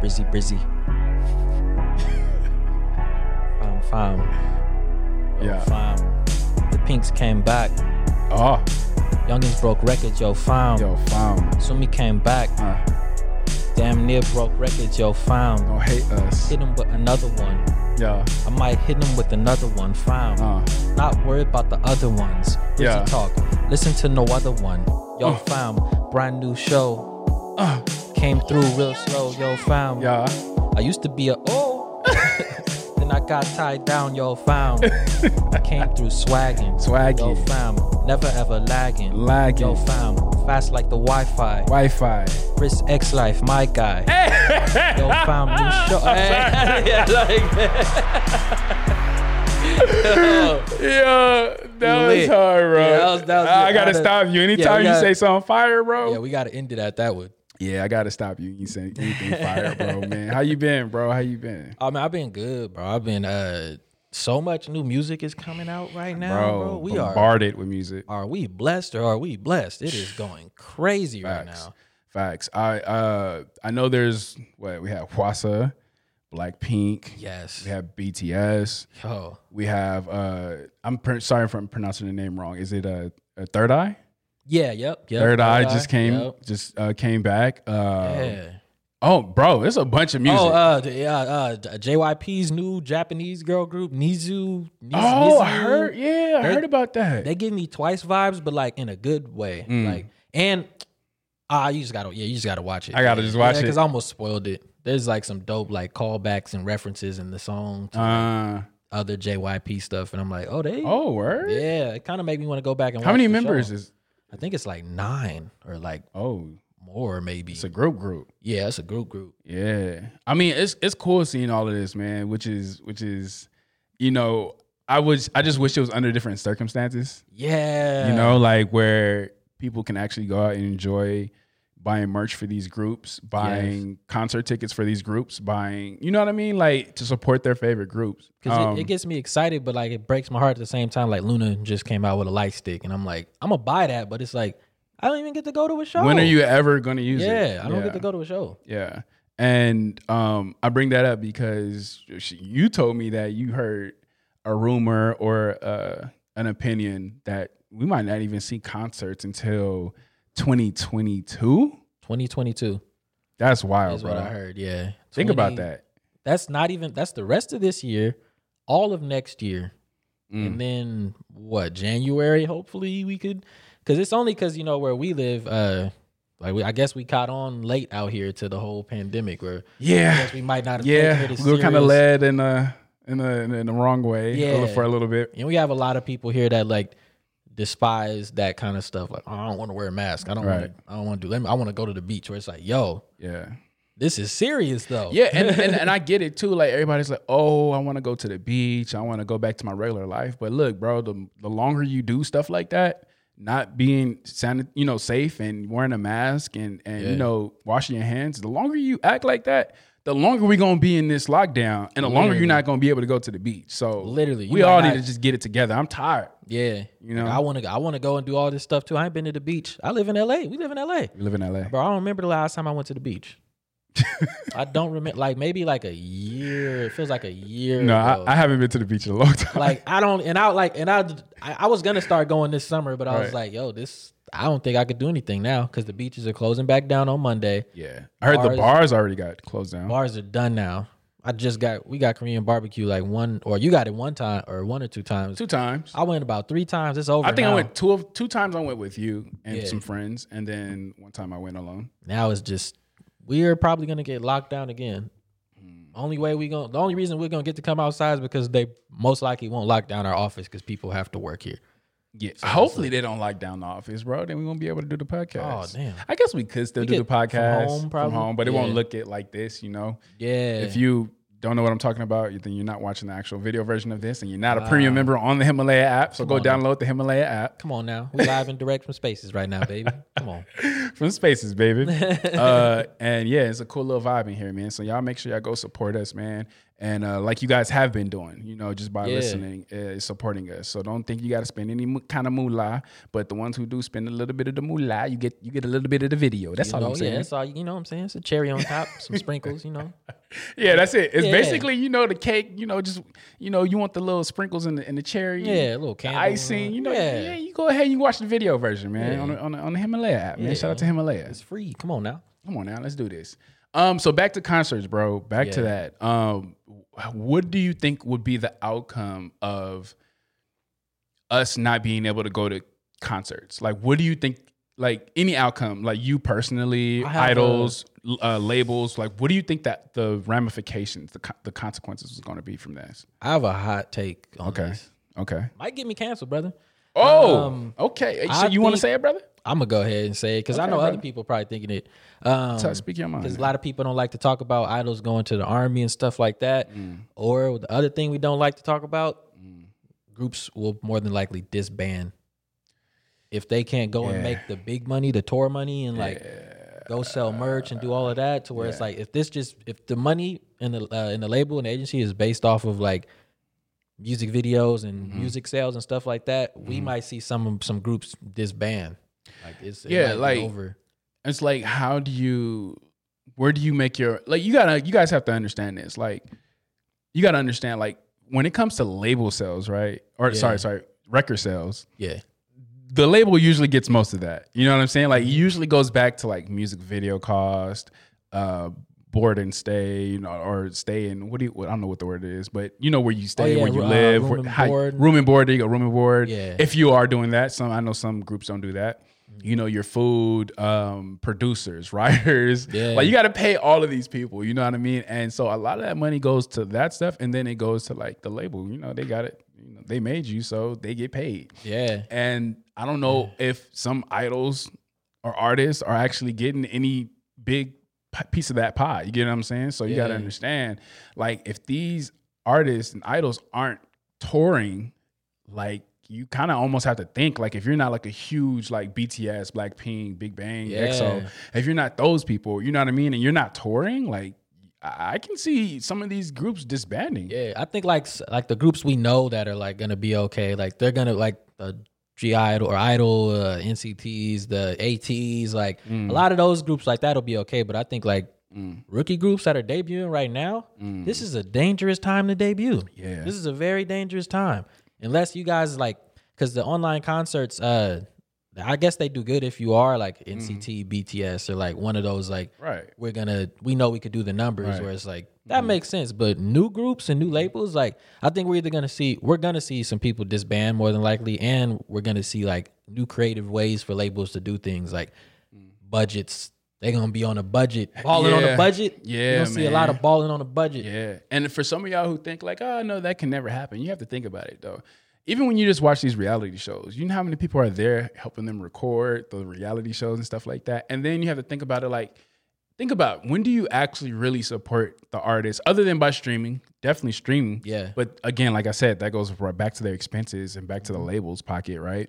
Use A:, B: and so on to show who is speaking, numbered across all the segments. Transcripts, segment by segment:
A: Brizzy Brizzy. um, fam,
B: Yeah.
A: fam. The Pinks came back.
B: Oh,
A: Youngins broke records, yo, fam.
B: yo, fam.
A: Sumi came back.
B: Uh,
A: Damn near broke records, yo, fam.
B: don't hate us.
A: Hit him with another one.
B: Yeah.
A: I might hit him with another one, fam.
B: Uh,
A: Not worried about the other ones. Busy
B: Yeah.
A: talk. Listen to no other one. Yo,
B: Uh.
A: fam. Brand new show.
B: uh,
A: Came through real slow, yo, fam.
B: yeah.
A: I used to be a oh. then I got tied down, yo, fam. I came through swagging.
B: Swagging.
A: Yo, fam. Never ever lagging.
B: Lagging.
A: Yo, fam. Fast like the Wi Fi.
B: Wi Fi.
A: Chris X Life, my guy. Yo, fam, new show. Hey. yeah, like. Yo.
B: Yeah, that
A: Lit.
B: was hard, bro.
A: Yeah, that was- that was lit.
B: I gotta
A: I had a-
B: stop you.
A: Yeah,
B: Anytime
A: we
B: you
A: gotta-
B: say something fire, bro.
A: Yeah, we gotta end it at that one.
B: Yeah, I gotta stop you. You say anything fire, bro, man. How you been, bro? How you been?
A: I mean, I've been good, bro. I've been uh so much new music is coming out right now, bro. We are
B: bombarded with music.
A: are we blessed or are we blessed? It is going crazy right
B: Facts.
A: now.
B: Facts. I uh I know there's what we have Wasa, Blackpink,
A: Yes.
B: we have BTS,
A: Yo.
B: we have uh I'm pr- sorry if I'm pronouncing the name wrong. Is it uh a Third Eye?
A: Yeah, yep, yep.
B: Third Eye just came
A: Yep.
B: just uh came back. Uh
A: Yeah.
B: oh bro, it's a bunch of music.
A: Oh, uh, the, uh, uh, JYP's new Japanese girl group, Nizu. Niz-
B: Oh, I
A: Nizu.
B: heard yeah, I
A: They-
B: heard about that.
A: They give me twice vibes, but like in a good way.
B: Mm.
A: Like and ah, you just gotta yeah, you just gotta watch it.
B: I gotta
A: Yeah.
B: just watch
A: yeah,
B: it.
A: because I almost spoiled it. There's like some dope like callbacks and references in the song to
B: uh
A: other JYP stuff, and I'm like, oh, they
B: oh word.
A: yeah, it kind of made me want to go back and
B: How
A: watch
B: many
A: the
B: members
A: show.
B: is
A: I think it's like nine or like
B: oh
A: more maybe.
B: it's a group group.
A: yeah, it's a group group.
B: Yeah. I mean, it's it's cool seeing all of this, man, which is which is you know, I was I just wish it was under different circumstances.
A: Yeah,
B: You know, like where people can actually go out and enjoy buying merch for these groups, buying concert tickets for these groups, buying, you know what I mean, like to support their favorite groups.
A: Cause
B: Um,
A: it, it gets me excited, but like it breaks my heart at the same time. Like Luna just came out with a light stick, and I'm like, I'm gonna buy that, but it's like I don't even get to go to a show.
B: when are you ever going to use
A: Yeah,
B: it?
A: I don't get to go to a show.
B: Yeah. And um, I bring that up because she, you told me that you heard a rumor or uh, an opinion that we might not even see concerts until 2022.
A: 2022
B: That's wild,
A: is
B: Oh, bro.
A: what I heard. Yeah, 20
B: Think about that.
A: That's not even. That's the rest of this year, all of next year,
B: Mm.
A: and then what? January? Hopefully we could, because it's only because you know where we live. uh like we, I guess we caught on late out here to the whole pandemic, where I
B: Yeah,
A: guess we might not have
B: yeah.
A: taken it as
B: We were kind of
A: serious.
B: led in a in a in the wrong way a little-
A: Yeah.
B: for a little bit.
A: And we have a lot of people here that like despise that kind of stuff. Like, oh, I don't want to wear a mask. I don't
B: Right.
A: want to. I don't want to do. Let me, I want to go to the beach where it's like, yo,
B: Yeah.
A: this is serious though.
B: Yeah, and, and, and I get it too. Like everybody's like, oh, I want to go to the beach. I want to go back to my regular life. But look, bro, the the longer you do stuff like that, not being sanit- you know, safe and wearing a mask and and
A: Yeah.
B: you know, washing your hands, the longer you act like that, the longer we're gonna be in this lockdown, and the longer you're not gonna be able to go to the beach. So
A: Literally, you
B: we
A: might
B: all
A: not-
B: need to just get it together. I'm tired.
A: yeah. You
B: know?
A: I want to. I want to go and do all this stuff too. I ain't been to the beach. I live in L.A. We live in L.A.
B: We live in LA.
A: Bro, I don't remember the last time I went to the beach. I don't remember. Like maybe like a year. It feels like a year.
B: No,
A: ago.
B: I, I haven't been to the beach in a long time.
A: like I don't, and I like, and I, I, I was gonna start going this summer, but I was
B: Right.
A: like, yo, this, I don't think I could do anything now because the beaches are closing back down on Monday.
B: yeah, I heard the
A: Bars-
B: bars already got closed down.
A: Bars are done now. I just got, we got Korean barbecue like one, or you got it one time or one or two times.
B: Two times.
A: I went about three times. It's over.
B: I think I
A: now.
B: went two of two times. I went with you and
A: Yeah.
B: some friends, and then one time I went alone.
A: Now it's just, we're probably gonna get locked down again. Only way we gonna, the only reason we're gonna get to come outside is because they most likely won't lock down our office because people have to work here.
B: Yeah. Hopefully they don't lock down the office, bro. Then we won't be able to do the podcast.
A: Oh, damn.
B: I guess we could still
A: We
B: do the
A: could from
B: podcast
A: home,
B: from
A: probably.
B: home, but it won't
A: Yeah.
B: look it like this, you know.
A: Yeah.
B: If you don't know what I'm talking about, you- then you're not watching the actual video version of this, and you're not a premium member on the Himalaya app. So go download the Himalaya app
A: Come on now. We live and direct from spaces right now, baby. Come on.
B: from Spaces, baby. uh, and yeah, it's a cool little vibe in here, man. So y'all make sure y'all go support us, man. and uh, like you guys have been doing, you know, just by
A: Yeah.
B: listening, uh, supporting us. So don't think you got to spend any mo- kind of moolah. But the ones who do spend a little bit of the moolah, you get you get a little bit of the video. That's
A: you
B: all
A: know,
B: I'm saying.
A: Yeah,
B: Yeah,
A: that's all. You know what I'm saying? It's a cherry on top, some sprinkles. You know,
B: that's it. It's
A: Yeah.
B: basically you know the cake. You know, just you know you want the little sprinkles and the, and the cherry.
A: yeah, a little
B: the
A: candle.
B: Icing, you know, yeah.
A: yeah.
B: you go ahead, and you watch the video version, man,
A: Yeah.
B: on, the, on the on the Himalaya app, man.
A: Yeah.
B: Shout out to Himalaya.
A: it's free. Come on now.
B: Come on now, let's do this. Um, so back to concerts, bro. Back to that. Um, what do you think would be the outcome of us not being able to go to concerts? Like, what do you think? Like any outcome, like you personally,
A: I have a-
B: idols, l- uh, labels. Like, what do you think that the ramifications, the co- the consequences, is going to be from this?
A: I have a hot take on
B: Okay.
A: this.
B: Okay.
A: Might get me canceled, brother.
B: Oh,
A: Um,
B: okay. So
A: I
B: you want to
A: think-
B: say it, brother?
A: I'm gonna go ahead and say it because I
B: Okay,
A: know other
B: brother.
A: people probably thinking it. Um,
B: So speak your mind.
A: because a lot of people don't like to talk about idols going to the army and stuff like that.
B: Mm.
A: Or the other thing we don't like to talk about, groups will more than likely disband if they can't go and
B: Yeah.
A: make the big money, the tour money, and like go sell merch and do all of that. To where it's like if this just if the money and the uh, and the label and the agency is based off of like music videos and
B: Mm-hmm.
A: music sales and stuff like that, we might see some some groups disband. Like it's it
B: Yeah,
A: might be
B: like-
A: over.
B: it's like how do you where do you make your like you gotta you guys have to understand this like you gotta understand like when it comes to label sales right or sorry sorry record sales
A: Yeah,
B: the label usually gets most of that you know what i'm saying like it usually goes back to like music video cost uh board and stay you know or stay in what do you what, i don't know what the word is but you know where you stay
A: yeah,
B: where you
A: uh,
B: live
A: room
B: where,
A: and
B: how-
A: board.
B: room and board there you go room and board
A: Yeah. Mm-hmm.
B: if you are doing that some i know some groups don't do that you know your food um producers writers
A: Yeah.
B: like you got to pay all of these people you know what i mean and so a lot of that money goes to that stuff and then it goes to like the label you know they got it you know, they made you so they get paid
A: yeah.
B: and I don't know if some idols or artists are actually getting any big p- piece of that pie. You get what I'm saying? So you got to
A: Yeah.
B: understand, like, if these artists and idols aren't touring, like, you kind of almost have to think, like, if you're not like a huge, like BTS, Blackpink, Big Bang, EXO,
A: Yeah.
B: if you're not those people, you know what I mean, and you're not touring, like, I I can see some of these groups disbanding.
A: Yeah, I think like like the groups we know that are like gonna be okay. Like they're gonna like the G Idol or Idol, uh, NCTs, the ATs. Like a lot of those groups like that'll be okay. But I think like rookie groups that are debuting right now, this is a dangerous time to debut.
B: Yeah.
A: this is a very dangerous time. Unless you guys like, because the online concerts, uh, I guess they do good if you are like NCT, BTS, or like one of those like
B: Right.
A: we're gonna we know we could do the numbers
B: Right. Mm-hmm.
A: where it's like that makes sense but new groups and new labels like i think we're either gonna see we're gonna see some people disband more than likely and we're gonna see like new creative ways for labels to do things like budgets they're gonna be on a budget balling on
B: Mm. Yeah.
A: a budget
B: Yeah,
A: you're gonna see a lot
B: man.
A: of balling on a budget
B: Yeah. And for some of y'all who think like, oh no, that can never happen, you have to think about it though. Even when you just watch these reality shows, you know how many people are there helping them record the reality shows and stuff like that. And then you have to think about it like, think about when do you actually really support the artist other than by streaming? Definitely streaming.
A: Yeah.
B: But again, like I said, that goes right back to their expenses and back to the labels pocket, right?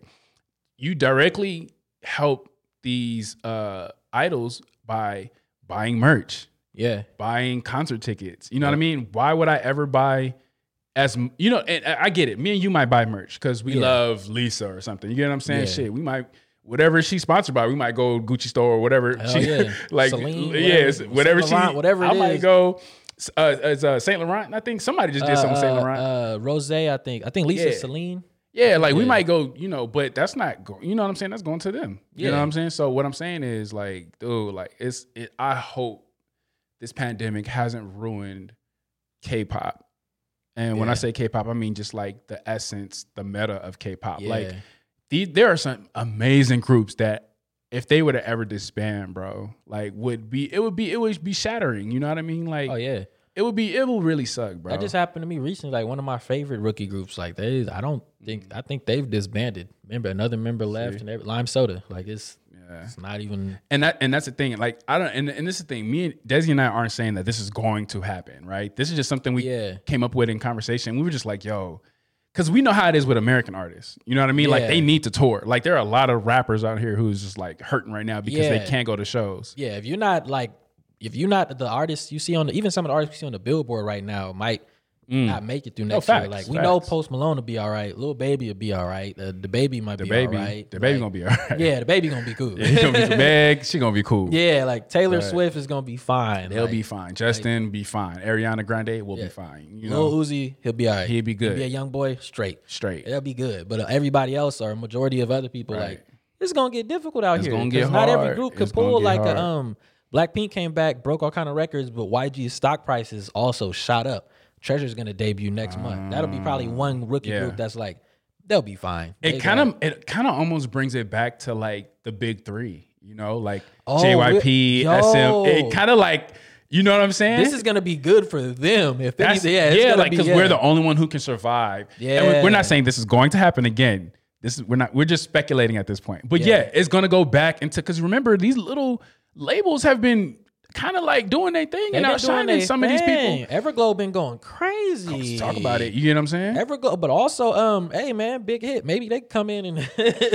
B: You directly help these uh, idols by buying merch
A: yeah
B: buying concert tickets. You know what I mean? Why would I ever buy as m- you know? And I I get it. Me and you might buy merch because we
A: Yeah.
B: love Lisa or something. You get what I'm saying?
A: Yeah.
B: Shit, we might whatever she's sponsored by. We might go Gucci store or whatever.
A: Hell
B: she,
A: yeah.
B: like
A: Celine,
B: l- yes,
A: whatever.
B: whatever
A: Saint
B: she
A: Laurent, whatever it
B: I might
A: is.
B: go. s- Uh, as uh, Saint Laurent, I think somebody just did something with Saint
A: uh,
B: Laurent.
A: uh, rose i think i think lisa
B: Yeah.
A: celine
B: Yeah, like we
A: Yeah.
B: might go, you know, but that's not, go, you know what I'm saying? That's going to them. You know
A: Yeah.
B: what I'm saying? So what I'm saying is like, dude, like it's, it, I hope this pandemic hasn't ruined K-pop. And when I
A: Yeah.
B: say K-pop, I mean just like the essence, the meta of K-pop. Like
A: Yeah.
B: the, there are some amazing groups that if they were to ever disband, bro, like would be, it would be, it would be shattering. You know what I mean? Like
A: oh yeah
B: it would be, it will really suck, bro.
A: that just happened to me recently. Like one of my favorite rookie groups. Like they, I don't
B: Mm.
A: think I think they've disbanded. Remember, another member left, and every, Lime Soda. Like it's
B: yeah.
A: it's not even.
B: and that and that's the thing. Like I don't and, and this is the thing. Me and Desi and I aren't saying that this is going to happen, right? This is just something we
A: Yeah.
B: came up with in conversation. We were just like, yo, because we know how it is with American artists. You know what I mean? Like
A: Yeah.
B: they need to tour. Like there are a lot of rappers out here who's just like hurting right now because they
A: Yeah.
B: can't go to shows.
A: Yeah, if you're not like, if you're not the artist you see on the, even some of the artists you see on the Billboard right now might
B: Mm.
A: not make it through next
B: facts,
A: year. Like we know
B: facts.
A: Post Malone will be all right. Little baby will be all right. The, the baby might
B: the
A: be
B: baby,
A: all right.
B: the baby
A: Like,
B: gonna be alright.
A: yeah, the baby gonna be cool.
B: yeah, he's gonna be big. She gonna be cool.
A: Yeah, like Taylor
B: Right.
A: Swift is gonna be fine.
B: They'll
A: like,
B: be fine. Justin be fine. Ariana Grande will
A: Yeah.
B: be fine. You know,
A: Lil Uzi. He'll be all right.
B: he'd be good.
A: Be a young boy, straight.
B: Straight.
A: They'll be good. But uh, everybody else or a majority of other people,
B: Right.
A: like it's gonna get difficult out
B: It's
A: here.
B: gonna get
A: 'cause not every
B: hard.
A: group could
B: It's gonna
A: pull
B: get
A: like
B: hard.
A: a um. Blackpink came back, broke all kind of records, but YG's stock prices also shot up. Treasure's gonna debut next month. That'll be probably one rookie
B: Mm, yeah.
A: group that's like, they'll be fine. They
B: It kind of it kind of almost brings it back to like the big three. You know, like
A: Oh,
B: JYP,
A: we-
B: SM.
A: yo.
B: It kind of like you know what I'm saying.
A: this is gonna be good for them if
B: That's,
A: anything. Yeah, it's
B: yeah,
A: gonna
B: like
A: be-
B: because
A: yeah.
B: we're the only one who can survive. and we-
A: Yeah.
B: we're not saying this is going to happen again. This is we're not we're just speculating at this point. But yeah,
A: Yeah.
B: it's gonna go back into because remember these little labels have been kind of like doing their thing
A: They been
B: and
A: doing
B: outshining
A: their
B: some of these people.
A: thing. Everglow been going crazy.
B: Let's talk about it. You get what I'm saying?
A: Everglow, but also, um, hey man, Big Hit. Maybe they come in and,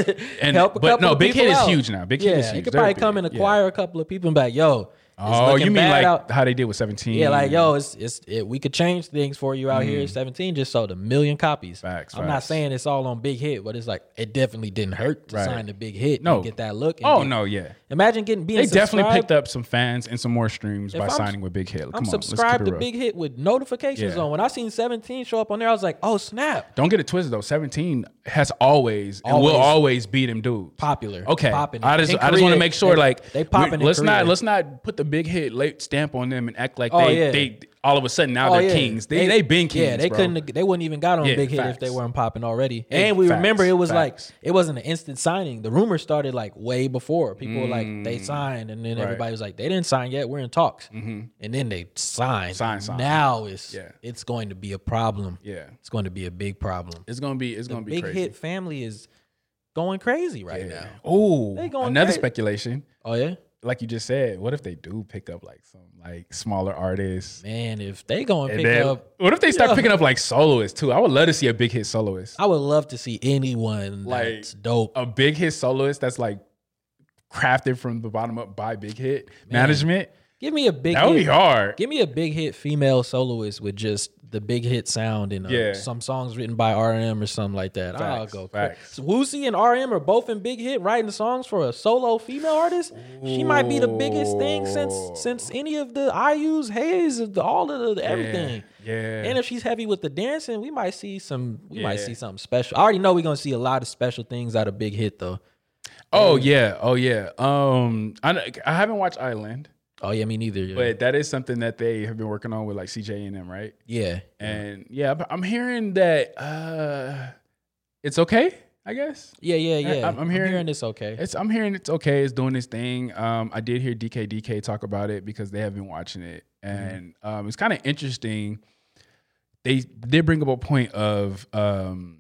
B: And-
A: help a
B: but
A: couple
B: no,
A: of
B: Big
A: people
B: Hit is
A: out.
B: huge now. Big Hit
A: yeah,
B: is
A: they
B: huge.
A: could
B: They're
A: probably
B: big.
A: come and
B: Yeah.
A: acquire a couple of people and be like, yo,
B: Oh, you mean like Hmm.
A: out.
B: how they did with 17?
A: yeah, like yo, it's it's it, we could change things for you out here. Seventeen just sold a million copies.
B: Hmm. Facts,
A: I'm not
B: facts.
A: saying it's all on Big Hit, but it's like it definitely didn't hurt to
B: Right.
A: sign the Big Hit.
B: No.
A: and get that look. and
B: Oh
A: get-
B: no, yeah.
A: Imagine getting being
B: They definitely
A: subscribed
B: picked up some fans and some more streams by
A: I'm-
B: signing with Big Hit. Come
A: I'm
B: on, let's keep
A: subscribed
B: it
A: to
B: real.
A: Big Hit with notifications
B: Yeah.
A: on. When I seen 17 show up on there, I was like, oh snap,
B: Don't get it twisted though. 17 has always, and will
A: Always.
B: always be them dudes.
A: popular.
B: Okay.
A: popping.
B: I just
A: In
B: I just want to
A: Korea,
B: make sure
A: they-
B: like
A: they popping.
B: we-
A: in
B: Let's not
A: Korea.
B: let's not put the big hit late stamp on them and act like
A: Oh,
B: they
A: yeah.
B: they all of a sudden now
A: Oh,
B: they're
A: yeah.
B: kings. They they been kings.
A: Yeah, they
B: bro.
A: couldn't. They wouldn't even got on
B: Yeah,
A: Big Hit if they
B: facts.
A: weren't popping already.
B: Yeah,
A: and we
B: facts,
A: remember it was
B: facts.
A: like it wasn't an instant signing. The rumor started like way before. People were like
B: Mm.
A: they signed, and then everybody was like they didn't sign yet. We're in talks,
B: Mm-hmm.
A: and then they signed.
B: Sign, sign.
A: Now it's
B: Yeah.
A: it's going to be a problem.
B: Yeah.
A: It's going to be a big problem.
B: It's gonna be it's gonna be
A: Big
B: crazy.
A: Hit family is going crazy right now.
B: Oh,
A: They going
B: another
A: crazy.
B: speculation.
A: Oh yeah,
B: Like you just said, what if they do pick up like some like smaller artists?
A: man. If they go and
B: And
A: pick
B: then,
A: up,
B: what if they start
A: Yeah.
B: picking up like soloists too? I would love to see a big hit soloist.
A: I would love to see anyone
B: Like, oh,
A: that's dope.
B: A big hit soloist that's like crafted from the bottom up by big hit management.
A: Give me a big.
B: That would
A: hit.
B: be hard.
A: Give me a big hit female soloist with just the big hit sound and uh,
B: Yeah.
A: some songs written by RM or something like that. I'll
B: Facts,
A: go. cra-
B: facts.
A: So Woosie and RM are both in big hit writing songs for a solo female artist. She might be the biggest thing
B: Ooh.
A: since since any of the IU's Hayes of the, all of the,
B: Yeah,
A: everything.
B: Yeah.
A: And if she's heavy with the dancing, we might see some. We might
B: Yeah.
A: see something special. I already know we're gonna see a lot of special things out of Big Hit though.
B: oh yeah. Oh yeah. Um, I kn- I haven't watched Island,
A: Oh yeah, me neither. Yeah,
B: but that is something that they have been working on with like CJ and them, right?
A: yeah.
B: And yeah, but I'm hearing that uh, it's okay. I guess
A: yeah, yeah, yeah.
B: I'm- I'm hearing-
A: this okay.
B: it's. I'm hearing it's okay. It's doing its thing. Um, I did hear DK DK talk about it because they have been watching it, and um, it's kind of interesting. They did bring up a point of, um,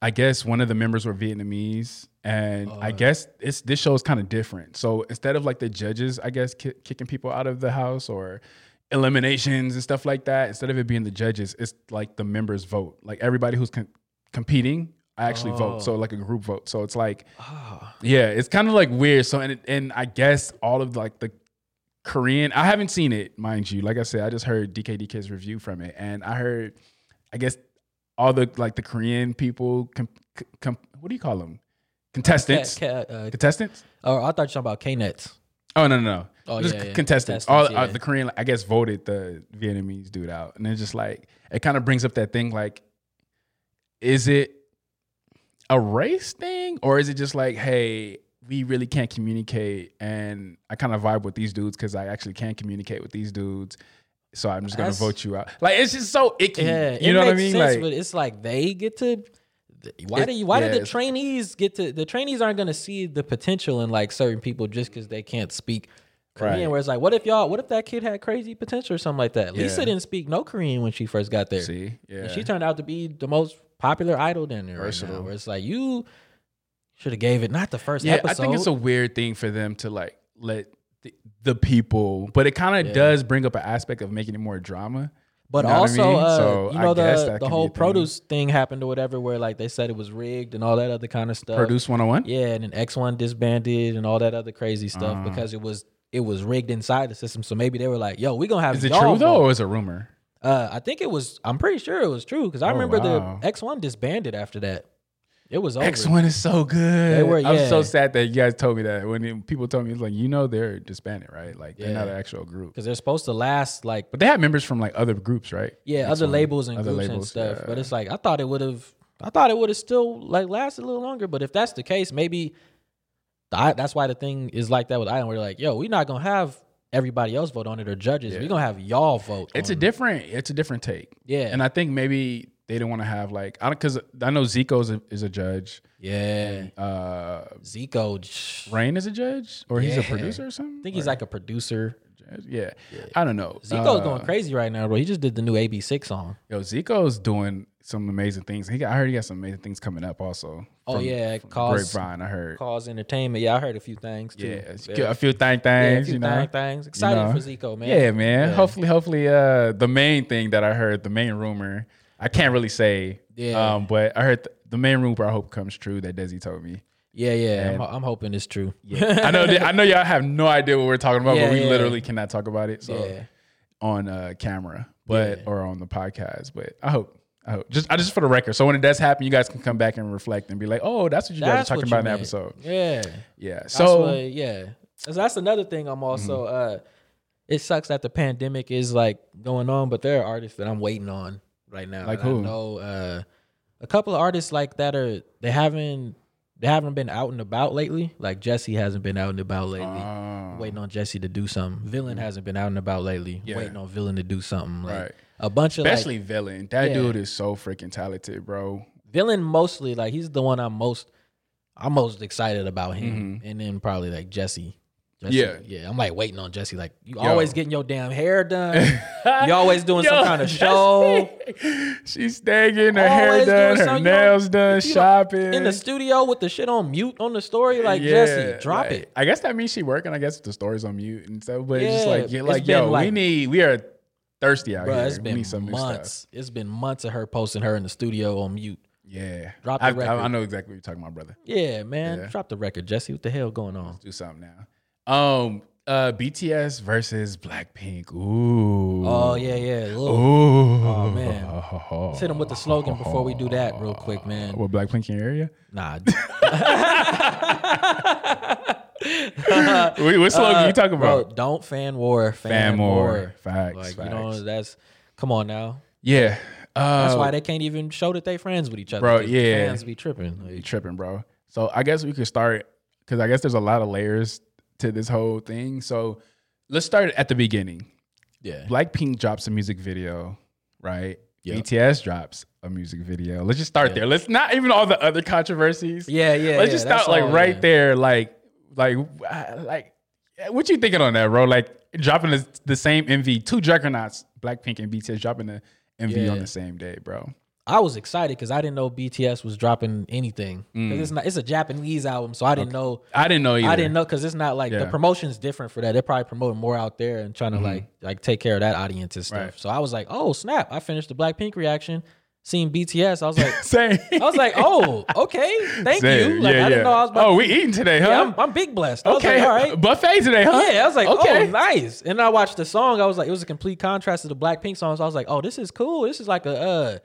B: I guess one of the members were Vietnamese, and I guess it's this show is kind of different. So instead of like the judges, I guess ki- kicking people out of the house or eliminations and stuff like that, instead of it being the judges, it's like the members vote. Like everybody who's com- competing. I actually vote, so like a group vote. So it's like yeah, it's kind of like weird. So and it- and I guess all of like the Korean, I haven't seen it, mind you. Like I said, I just heard DKDK's review from it, and I heard, I guess, all the like the Korean people, com, com, what do you call them? Contestants,
A: Cat- cat, uh,
B: contestants.
A: Oh, I thought you were talking about K Nets.
B: Oh no no no!
A: Oh,
B: just
A: yeah, yeah.
B: contestants.
A: Contestants,
B: All
A: yeah.
B: uh, the Korean, I guess, voted the Vietnamese dude out, and it's just like it kind of brings up that thing like, is it a race thing or is it just like, hey, we really can't communicate, and I kind of vibe with these dudes because I actually can't communicate with these dudes, so I'm just gonna
A: That's-
B: vote you out. Like it's just so icky.
A: Yeah,
B: you
A: it
B: know what I
A: makes
B: mean?
A: sense,
B: like
A: but it's like they get to. Why
B: It-
A: do you? Why
B: yeah,
A: do the
B: it's-
A: trainees get to? The trainees aren't going to see the potential in like certain people just because they can't speak Korean.
B: Right.
A: Whereas like, what if y'all? What if that kid had crazy potential or something like that? Lisa
B: Yeah.
A: didn't speak no Korean when she first got there,
B: see, yeah,
A: and she turned out to be the most popular idol down there right
B: Versatile.
A: now. Where it's like you should have gave it not the first
B: yeah,
A: episode.
B: I think it's a weird thing for them to like let the, the people, but it kind of
A: Yeah.
B: does bring up an aspect of making it more drama.
A: But
B: You know what I
A: also,
B: mean?
A: uh,
B: So
A: you
B: I
A: know
B: guess
A: the
B: that
A: the
B: can
A: whole
B: be a thing.
A: produce thing happened or whatever, where like they said it was rigged and all that other kind of stuff.
B: Produce 101?
A: Uh, yeah, and then X One disbanded and all that other crazy stuff
B: Uh-huh.
A: because it was it was rigged inside the system. So maybe they were like, "Yo, we gonna have
B: Is it
A: y'all
B: true though,
A: vote."
B: or is it a rumor?
A: Uh, I think it was. I'm pretty sure it was true because I
B: Oh,
A: remember
B: wow.
A: the X One disbanded after that. It was over.
B: X One is so good.
A: They were,
B: I'm so
A: yeah.
B: sad that you guys told me that. When it- people told me, it's like you know they're disbanded, right? Like they're not
A: Yeah.
B: an actual group,
A: because they're supposed to last like
B: but they have members from like other groups, right?
A: yeah
B: X1,
A: other labels and
B: other
A: groups and
B: labels,
A: stuff. But
B: yeah.
A: it's like I thought it would have. I thought it would have still like lasted a little longer. But if that's the case, maybe the, I- that's why the thing is like that with Island. We're like, yo, we're not gonna have everybody else vote on it or judges.
B: Yeah.
A: We're gonna have y'all vote.
B: It's
A: on
B: a
A: it.
B: different. It's a different take,
A: Um, yeah
B: and I think maybe they don't want to have like I don't because I know Zico is a, is a judge.
A: yeah.
B: Uh,
A: Zico, sh-
B: Rain is a judge, or he's a
A: Yeah.
B: producer or something.
A: I think he's
B: Or
A: like a producer.
B: judge? Yeah. I don't know.
A: Zico's
B: Uh,
A: going crazy right now, bro. He just did the new AB6 song.
B: Yo, Zico's doing some amazing things. He got, I heard he got some amazing things coming up also.
A: Oh
B: from-
A: yeah,
B: from
A: cause
B: Grapevine. I heard.
A: cause entertainment. Yeah, I heard a few things too.
B: Yeah, it's
A: Yeah.
B: good- a few thang
A: Yeah, a
B: thangs,
A: few
B: you know.
A: thang- things. Excited
B: know.
A: for Zico, man.
B: Yeah, man.
A: Yeah.
B: Hopefully, hopefully, uh, the main thing that I heard, the main rumor, I can't really say.
A: Yeah.
B: Um, but I heard th- the main rumor. I hope comes true that Desi told me.
A: yeah, yeah. I'm,
B: And-
A: I'm hoping it's true.
B: I know. that- I know y'all have no idea what we're talking about,
A: Yeah,
B: but we
A: yeah.
B: literally cannot talk about it. So
A: yeah,
B: on uh, camera, but or on the podcast. But I hope. I hope. Just I just for the record. So when it does happen, you guys can come back and reflect and be like, oh, that's what you guys
A: That's
B: are talking
A: what
B: about
A: you
B: in the
A: meant.
B: episode.
A: yeah.
B: Yeah.
A: So
B: So Mm-hmm.
A: that's what, yeah, that's, that's another thing. I'm also. uh It sucks that the pandemic is like going on, but there are artists that I'm waiting on right now.
B: Like
A: And
B: who?
A: I know uh, a couple of artists like that are they haven't they haven't been out and about lately. Like Jesse hasn't been out and about lately.
B: Ah,
A: waiting on Jesse to do something. Villain hasn't been out and about lately.
B: Mm. Yeah.
A: Waiting on Villain to do something. Like
B: Right.
A: a bunch of
B: especially
A: like
B: villain. That
A: Yeah.
B: dude is so freaking talented, bro.
A: Villain mostly like he's the one I'm most I'm most excited about him. And then probably like Jesse. Jesse,
B: Mm-hmm. Yeah.
A: yeah. I'm like waiting on Jesse. Like you
B: Yo.
A: always getting your damn hair done. you always doing some kind of show.
B: She's staying, getting her
A: Always doing
B: hair done, her
A: something, you know,
B: nails done,
A: you know,
B: shopping.
A: In the studio with the shit on mute on the story, like
B: Yeah,
A: Jesse, drop
B: like,
A: it.
B: I guess that means she working. I guess the story's on mute and stuff. But it's just
A: Yeah,
B: like, you're
A: it's
B: like,
A: been
B: yo, we
A: like-
B: need, we are thirsty out
A: Bro,
B: here.
A: it's
B: we
A: been
B: need some new stuff.
A: months. It's been months of her posting her in the studio on mute.
B: Yeah.
A: Drop the
B: I,
A: record.
B: I, I know exactly what you're talking about, brother.
A: Yeah, man.
B: Yeah.
A: Drop the record, Jesse. What the hell going on?
B: Do something now. Um, uh, BTS versus Blackpink. Ooh.
A: Oh yeah, yeah.
B: Ooh.
A: Look,
B: Oh
A: man. Let's hit 'em with the slogan before we do that real quick, man.
B: What Blackpink in your area?
A: nah.
B: Wait, what slogan you talking
A: Uh, Bro,
B: about?
A: don't fan war, fan,
B: Fan
A: more.
B: more. Facts.
A: Like
B: facts.
A: you know, that's come on now.
B: yeah.
A: That's
B: Uh,
A: why they can't even show that they friends with each other.
B: Bro,
A: 'cause
B: yeah.
A: fans be tripping.
B: You
A: Like,
B: tripping, bro. So I guess we could start because I guess there's a lot of layers to this whole thing. So let's start at the beginning.
A: yeah,
B: Blackpink drops a music video, right?
A: Yep.
B: BTS drops a music video. Let's just start there. Let's not even all the other controversies.
A: yeah, yeah.
B: Let's
A: yeah,
B: just
A: that's
B: start like
A: all,
B: right
A: yeah.
B: there, like like uh, like what you thinking on that, bro? Like dropping the, the same MV, two juggernauts, Blackpink and BTS dropping the MV
A: Yeah.
B: on the same day, bro.
A: I was excited because I didn't know BTS was dropping anything. 'Cause It's not. It's a Japanese album, so I didn't know.
B: I didn't know Mm. either.
A: I didn't know because it's not like
B: Yeah. Mm-hmm.
A: the promotion's different for that. They're probably promoting more out there and trying to like like take care of that audience and stuff.
B: Right.
A: So I was like, oh snap! I finished the Blackpink reaction, seen BTS. I was like,
B: Same.
A: I was like, oh okay, thank you. Like I didn't know I was. About
B: oh, we eating today, huh?
A: yeah, I'm, I'm big blessed. I was
B: okay,
A: like, all right.
B: buffet today, huh?
A: Yeah, I was like,
B: okay.
A: oh, nice. And I watched the song. I was like, it was a complete contrast to the Blackpink songs. I was like, oh, this is cool. This is like a uh,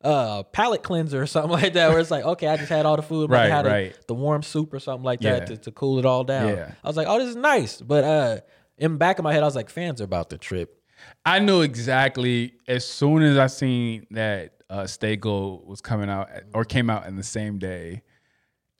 A: uh, palate cleanser or something like that. Where it's like, okay, I just had all the food, but I
B: Right,
A: had a-
B: right.
A: the warm soup or something like
B: Yeah.
A: that to, to cool it all down.
B: Yeah.
A: I was like, oh, this is nice. But uh, in the back of my head, I was like, fans are about to trip.
B: I knew exactly as soon as I seen that uh, Stay Gold was coming out at- or came out in the same day.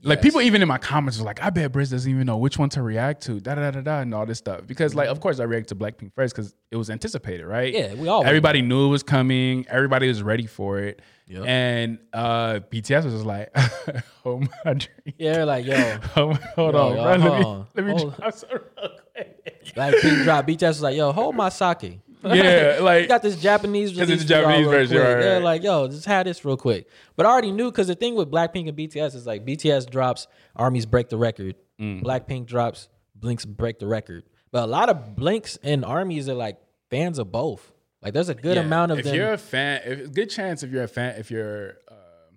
B: Like
A: Yes.
B: people even in my comments was like, I bet Briz doesn't even know which one to react to, da da da da da, and all this stuff. Because like, of course, I reacted to Blackpink first because it was anticipated, right?
A: Yeah, we all
B: everybody knew it was coming. Everybody was ready for it.
A: Yep.
B: And uh, BTS was just like, oh my dream.
A: Yeah, they're like, yo,
B: Hold, hold
A: Yo,
B: on,
A: yo,
B: bro. Let
A: hold
B: me,
A: on.
B: let me
A: Hold-
B: drop some real quick.
A: Blackpink drop. BTS was like, yo, hold my sake.
B: Yeah, like
A: You got this Japanese
B: it's
A: release.
B: a
A: for y'all
B: Japanese
A: real
B: version,
A: quick.
B: right, right.
A: They're like, yo, just have this real quick. But I already knew because the thing with Blackpink and BTS is like BTS drops, Armies break the record.
B: Mm.
A: Blackpink drops, Blinks break the record. But a lot of Blinks and Armies are like fans of both. Like there's a good
B: Yeah.
A: amount of
B: if
A: them.
B: you're uh, a fan, if, good chance if you're a fan, if you're um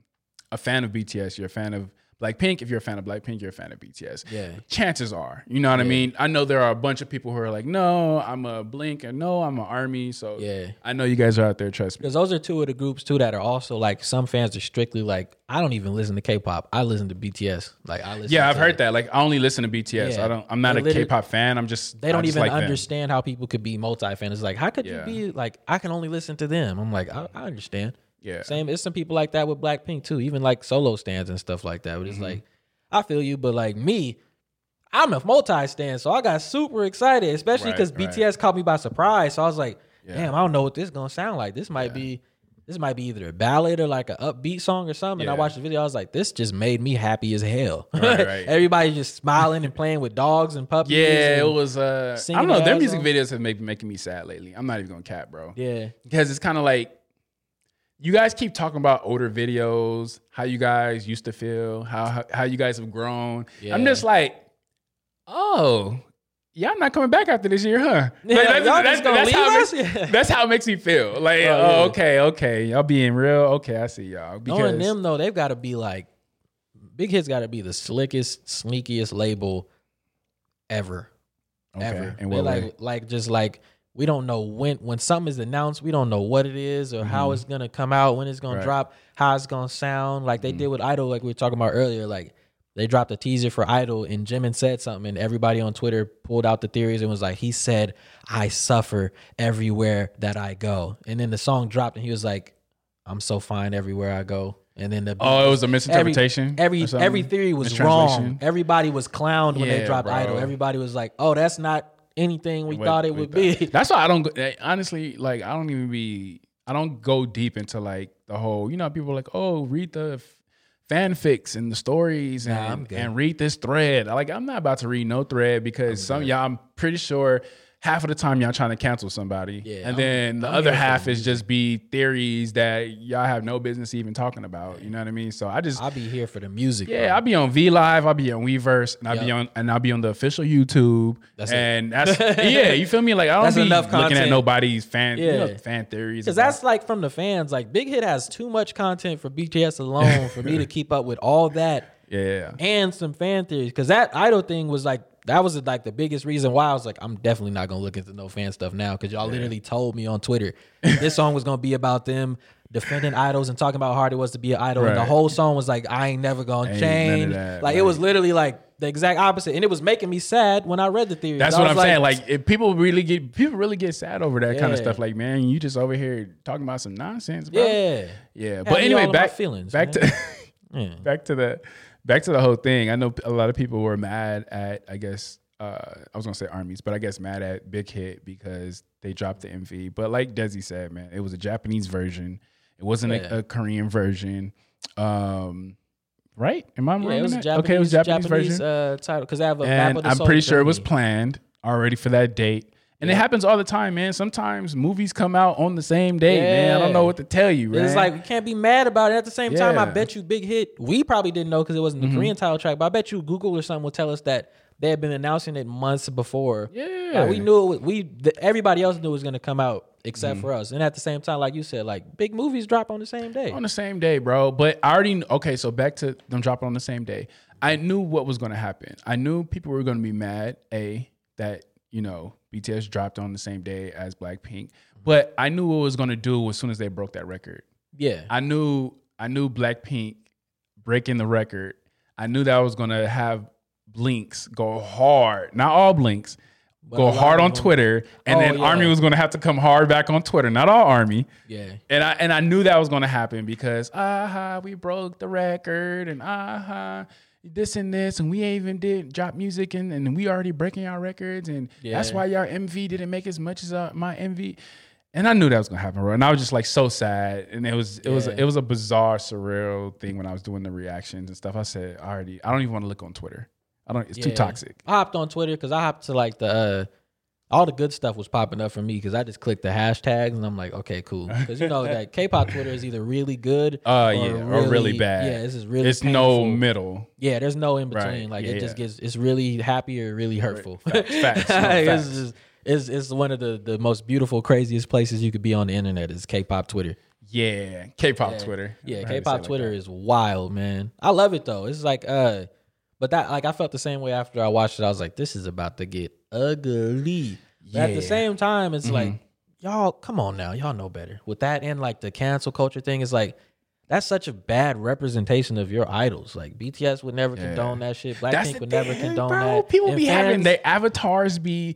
B: a fan of BTS, you're a fan of Blackpink. If you're a fan of Blackpink, you're a fan of BTS.
A: Yeah.
B: Chances are, you know what I
A: Yeah.
B: mean. I know there are a bunch of people who are like, no, I'm a Blink, and no, I'm an Army. So
A: Yeah.
B: I know you guys are out there. Trust me.
A: Because those are two of the groups too that are also like some fans are strictly like I don't even listen to K-pop. I listen to BTS. Like I listen.
B: Yeah, I've
A: to-
B: heard that. Like, I only listen to BTS.
A: Yeah.
B: I don't. I'm not
A: They
B: a
A: literally-
B: K-pop fan. I'm just.
A: They don't
B: I just
A: even
B: like them.
A: understand how people could be multi-fans. It's like how could
B: Yeah.
A: you be like I can only listen to them. I'm like I, I understand.
B: Yeah.
A: Same. It's some people like that with Blackpink too. Even like solo stands and stuff like that. But
B: Mm-hmm.
A: it's like I feel you, but like me. I'm a multi stand, so I got super excited, especially
B: Right,
A: because
B: right.
A: BTS caught me by surprise. So I was like,
B: Yeah.
A: "Damn, I don't know what this gonna sound like. This might be, this might be either a ballad or like an upbeat song or something." And I
B: Yeah.
A: watched the video, I was like, "This just made me happy as hell."
B: Right, right.
A: Everybody just smiling and playing with dogs and puppies.
B: Yeah, it
A: and-
B: was. Uh, I
A: singing
B: don't know.
A: the
B: Their
A: ass
B: music
A: off.
B: videos have made, making me sad lately. I'm not even gonna cap, bro.
A: yeah,
B: Because it's kind of like you guys keep talking about older videos, how you guys used to feel, how how, how you guys have grown. I'm
A: Yeah.
B: just like, oh, y'all not coming back after this year, huh? Like,
A: Yeah, y'all just gonna
B: how
A: leave
B: it
A: us?
B: makes-
A: Yeah.
B: that's how it makes me feel. Like,
A: Oh,
B: oh,
A: yeah.
B: okay, okay, y'all being real. Okay, I see y'all.
A: knowing
B: Because
A: them though, they've got to be like, Big Hit's got to be the slickest, sneakiest label ever.
B: okay,
A: ever.
B: in
A: They
B: what
A: like
B: way?
A: like just like we don't know when when something is announced, we don't know what it is or how it's gonna come out, when it's gonna
B: Mm-hmm. Right. Mm-hmm.
A: drop, how it's gonna sound. Like they did with Idol, like we were talking about earlier. Like they dropped a teaser for Idol, and Jimin said something, and everybody on Twitter pulled out the theories and was like, "He said I suffer everywhere that I go," and then the song dropped, and he was like, "I'm so fine everywhere I go." And then the
B: Oh, it was a
A: every-
B: misinterpretation. or
A: Every
B: something?
A: every theory was
B: Mistranslation?
A: wrong. Everybody was clowned when they
B: Yeah,
A: dropped
B: bro.
A: Idol. Everybody was like, "Oh, that's not anything we
B: What-
A: thought it
B: what
A: would be."
B: you thought. That's why I don't go- eh, honestly like I don't even be I don't go deep into like the whole you know people are like oh read the f- fanfics and the stories and,
A: I'm good.
B: and read this thread like I'm not about to read no thread because some y'all I'm pretty sure half of the time y'all trying to cancel somebody
A: Yeah,
B: and
A: I'm-
B: then the
A: I'm
B: other
A: here for
B: half is just be theories that y'all have no business even talking about you know what I mean so I just
A: I'll be here for the music.
B: yeah, I'll be on V Live, I'll be on Weverse, and I'll be
A: Yep.
B: on and I'll be on the official YouTube.
A: That's it.
B: and that's yeah, you feel me? Like I don't
A: That's
B: be
A: enough
B: looking at
A: content.
B: nobody's fan, you know,
A: Yeah.
B: fan theories.
A: because
B: about-
A: that's like from the fans. Like Big Hit has too much content for BTS alone for me to keep up with all that
B: yeah,
A: and some fan theories. Because that Idol thing was like that was like the biggest reason why I was like, I'm definitely not gonna look into no fan stuff now because y'all literally told me on Twitter this song was gonna be about them defending idols and talking about how hard it was to be an idol. And the
B: Right.
A: whole song was like, I ain't never gonna
B: Ain't none of
A: change.
B: that,
A: like it was literally like the exact opposite, and it was making me sad when I read the theory.
B: that's what I'm saying. Like if people really get people really get sad over that kind of
A: Yeah.
B: stuff. Like man, you just over here talking about some nonsense, bro.
A: yeah,
B: yeah.
A: me
B: But
A: all in
B: anyway,
A: my
B: back
A: feelings,
B: back
A: man.
B: to. back to the back to the whole thing. I know a lot of people were mad at I guess uh, I was gonna say armies, but I guess mad at Big Hit because they dropped the MV. But like Desi said, man, it was a Japanese version. It wasn't
A: Yeah.
B: a, a Korean version, um, right? Am I wrong?
A: Yeah, it
B: on
A: was a
B: that?
A: Japanese,
B: okay, it was a Japanese, version,
A: uh, title because I have a map
B: and
A: of the
B: I'm
A: Soul
B: pretty sure it was
A: Journey.
B: planned already for that date. And it
A: Yeah.
B: happens all the time, man. Sometimes movies come out on the same day, man. I don't
A: Yeah.
B: know what to tell you.
A: It's
B: man.
A: like you can't be mad about it. At the same time, I
B: Yeah. Mm-hmm.
A: bet you Big Hit. We probably didn't know because it wasn't the Korean title track, but I bet you Google or something will tell us that they had been announcing it months before.
B: Yeah. Mm-hmm.
A: Like, we knew it. Was, we the, everybody else knew it was going to come out except for us. And at the same time, like you said, like big movies drop on the same day.
B: on the same day, bro. But I already kn- okay. So back to them dropping on the same day. I knew what was going to happen. I knew people were going to be mad. A that you know BTS dropped on the same day as Blackpink, but I knew what it was going to do as soon as they broke that record.
A: yeah,
B: I knew I knew Blackpink breaking the record. I knew that I was gonna have Blinks go hard. Not all Blinks.
A: a
B: Go
A: lot
B: hard
A: of
B: on
A: them.
B: Twitter, and
A: Oh,
B: then
A: yeah.
B: Army was going to have to come hard back on Twitter. Not all Army,
A: yeah.
B: and I and I knew that was gonna happen because aha, we broke the record and aha, this and this, and we even did drop music and, and we already breaking our records, and that's
A: Yeah.
B: why y'all MV didn't make as much as uh, my MV. And I knew that was gonna happen, bro. And I was just like so sad. And it was it was
A: Yeah.
B: it was a bizarre, surreal thing when I was doing the reactions and stuff. I said, I already I don't even want to look on Twitter. I don't it's too
A: Yeah.
B: toxic.
A: I hopped on Twitter because I hopped to like the uh, all the good stuff was popping up for me because I just clicked the hashtags and I'm like, okay, cool. Because you know, like K-pop Twitter is either really good,
B: Uh yeah, or really bad.
A: Yeah, this is really.
B: it's no
A: painful.
B: middle.
A: Yeah, there's no in between.
B: Right,
A: Like
B: yeah,
A: it just
B: yeah.
A: gets. It's really happy or really hurtful.
B: facts, facts, no,
A: it's
B: facts.
A: just. It's, it's one of the, the most beautiful, craziest places you could be on the internet is K-pop Twitter.
B: Yeah, K-pop
A: Yeah.
B: Twitter. I
A: Yeah,
B: heard it say
A: K-pop
B: like
A: Twitter
B: that.
A: is wild, man. I love it though. It's like uh but that like I felt the same way after I watched it. I was like this is about to get ugly. But at the
B: Yeah. Mm-hmm.
A: same time it's like y'all come on now. Y'all know better. With that and like the cancel culture thing it's like that's such a bad representation of your idols. Like BTS would never
B: Yeah.
A: condone that shit.
B: That's the
A: Blackpink would never
B: thing,
A: condone
B: bro.
A: that.
B: People
A: And
B: be having
A: fans-
B: their avatars be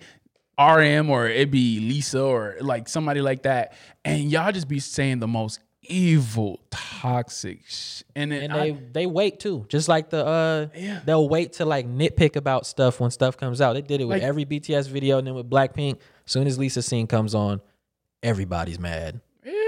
B: RM or it be Lisa or like somebody like that, and y'all just be saying the most evil, toxic, sh- and then
A: and
B: I-
A: they they wait too. Just like the uh
B: Yeah.
A: they'll wait to like nitpick about stuff when stuff comes out. They did it with
B: Like-
A: every BTS video and then with Blackpink. Soon as Lisa Singh comes on, everybody's mad.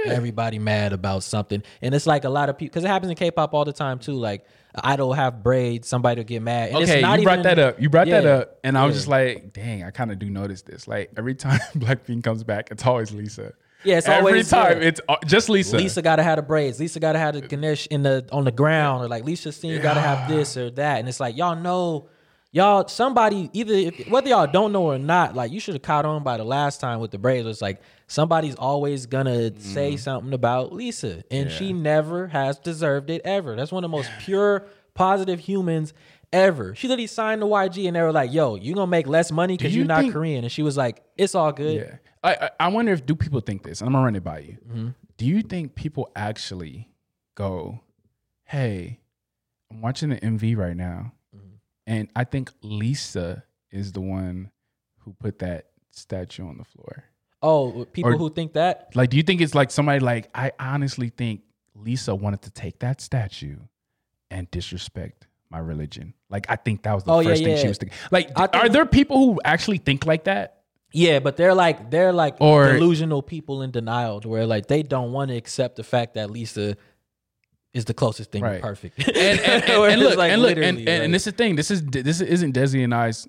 A: Everybody mad about something. And it's like a lot of people because it happens in K pop all the time too. Like an idol have braids, somebody'll get mad. And
B: okay,
A: it's not
B: you brought
A: even-
B: that up. You brought that
A: Yeah.
B: up, and I was
A: Yeah.
B: just like, dang, I kind of do notice this. Like every time Blackpink comes back, it's always Lisa.
A: Yeah, it's
B: every
A: always
B: time
A: yeah.
B: it's uh, just Lisa. Uh,
A: Lisa gotta have the braids. Lisa gotta have the Ganesh in the on the ground, or like Lisa Singh gotta have this or that. And it's like y'all know, y'all somebody either if, whether y'all don't know or not, like you should have caught on by the last time with the braids. It's like somebody's always gonna
B: Mm-hmm.
A: say something about Lisa, and she never has deserved it ever. That's one of the most pure, positive humans. Ever. She literally signed to YG and they were like, yo, you gonna make less money because
B: you
A: you're not
B: think-
A: Korean. And she was like, it's all good.
B: Yeah. I, I I wonder if do people think this? I'm gonna run it by you.
A: Mm-hmm.
B: Do you think people actually go, "Hey, I'm watching the MV right now,
A: Mm-hmm.
B: and I think Lisa is the one who put that statue on the floor."
A: Oh, people
B: Or-
A: who think that?
B: Like, do you think it's like somebody like I honestly think Lisa wanted to take that statue and disrespect my religion? Like, I think that was the
A: Oh, yeah,
B: first thing she
A: yeah.
B: was thinking. Like,
A: I
B: are
A: think-
B: there people who actually think like that?
A: Yeah, but they're like they're like
B: Or-
A: delusional people in denial, to where like they don't want to accept the fact that Lisa is the closest thing
B: Right.
A: to perfect.
B: and, and, and,
A: Where
B: and
A: it's
B: look,
A: like
B: and look, and,
A: literally,
B: and- and
A: like-
B: this is the thing. This is this isn't Desi and I's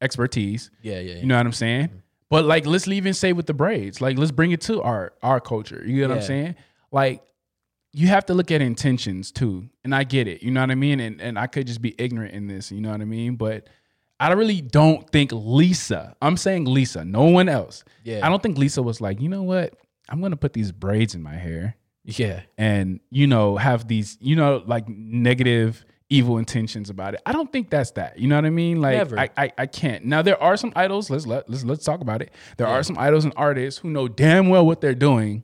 B: expertise.
A: yeah, yeah, Mm-hmm. yeah.
B: You know what I'm saying? But like, let's even say with the braids, like let's bring it to our our culture. You know what I'm
A: Yeah.
B: saying? Like, you have to look at intentions too. And I get it. You know what I mean? And and I could just be ignorant in this. You know what I mean? But I really don't think Lisa. I'm saying Lisa, no one else.
A: Yeah.
B: I don't think Lisa was like, you know what? I'm gonna put these braids in my hair
A: yeah,
B: and you know have these you know like negative evil intentions about it i don't think that's that you know what i mean like
A: Never.
B: I, I i can't now there are some idols let's let, let's let's talk about it there are some idols and artists who know damn well what they're doing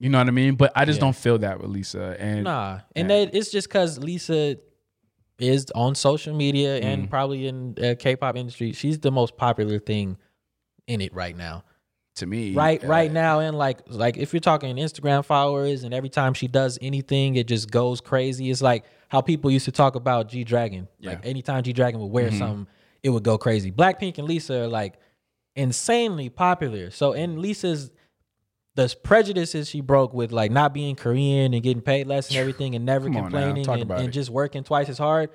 B: you know what i mean but i just don't feel that with lisa and
A: nah, and that it's just because Lisa is on social media
B: Mm.
A: and probably in uh, K-pop industry, she's the most popular thing in it right now.
B: to me
A: right
B: uh,
A: right now and like like if you're talking instagram followers and every time she does anything it just goes crazy it's like how people used to talk about g-dragon like anytime g-dragon would wear
B: Mm-hmm.
A: something it would go crazy blackpink and lisa are like insanely popular so and lisa's the prejudices she broke with like not being korean and getting paid less and everything and never
B: Come on now,
A: complaining
B: talk
A: and,
B: about
A: and
B: it. Mm.
A: just working twice as hard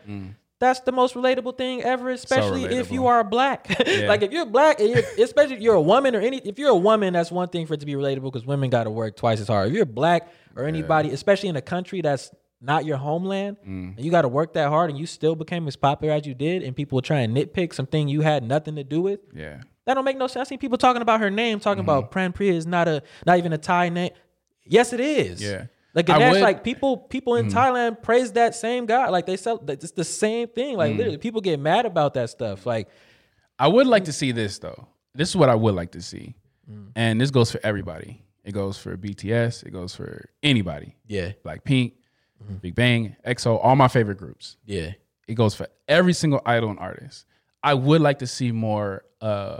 A: that's the most relatable thing ever, especially if you
B: relatable.
A: are black. like if you're black, and you're, especially if you're a woman or any, if you're a woman, that's one thing for it to be relatable because women got to work twice as hard. If you're black or anybody, especially in a country that's not your homeland,
B: Mm.
A: and you got to work that hard, and you still became as popular as you did, and people try and nitpick something you had nothing to do with.
B: yeah
A: That don't make no sense. I seen people talking about her name, talking about
B: Mm-hmm.
A: Pran Priya is not a not even a Thai name. Yes, it is.
B: Yeah.
A: Like
B: I
A: Ganesh,
B: would- Mm-hmm.
A: like people people in Thailand praise that same guy. Like they sell like, it's the same thing.
B: Mm.
A: Like literally, people get mad about that stuff. Like
B: I would like to see this though. This is what I would like to see,
A: Mm.
B: and this goes for everybody. It goes for BTS. It goes for anybody.
A: Yeah.
B: Blackpink,
A: Mm-hmm.
B: Big Bang, EXO, all my favorite groups.
A: yeah,
B: It goes for every single idol and artist. I would like to see more uh,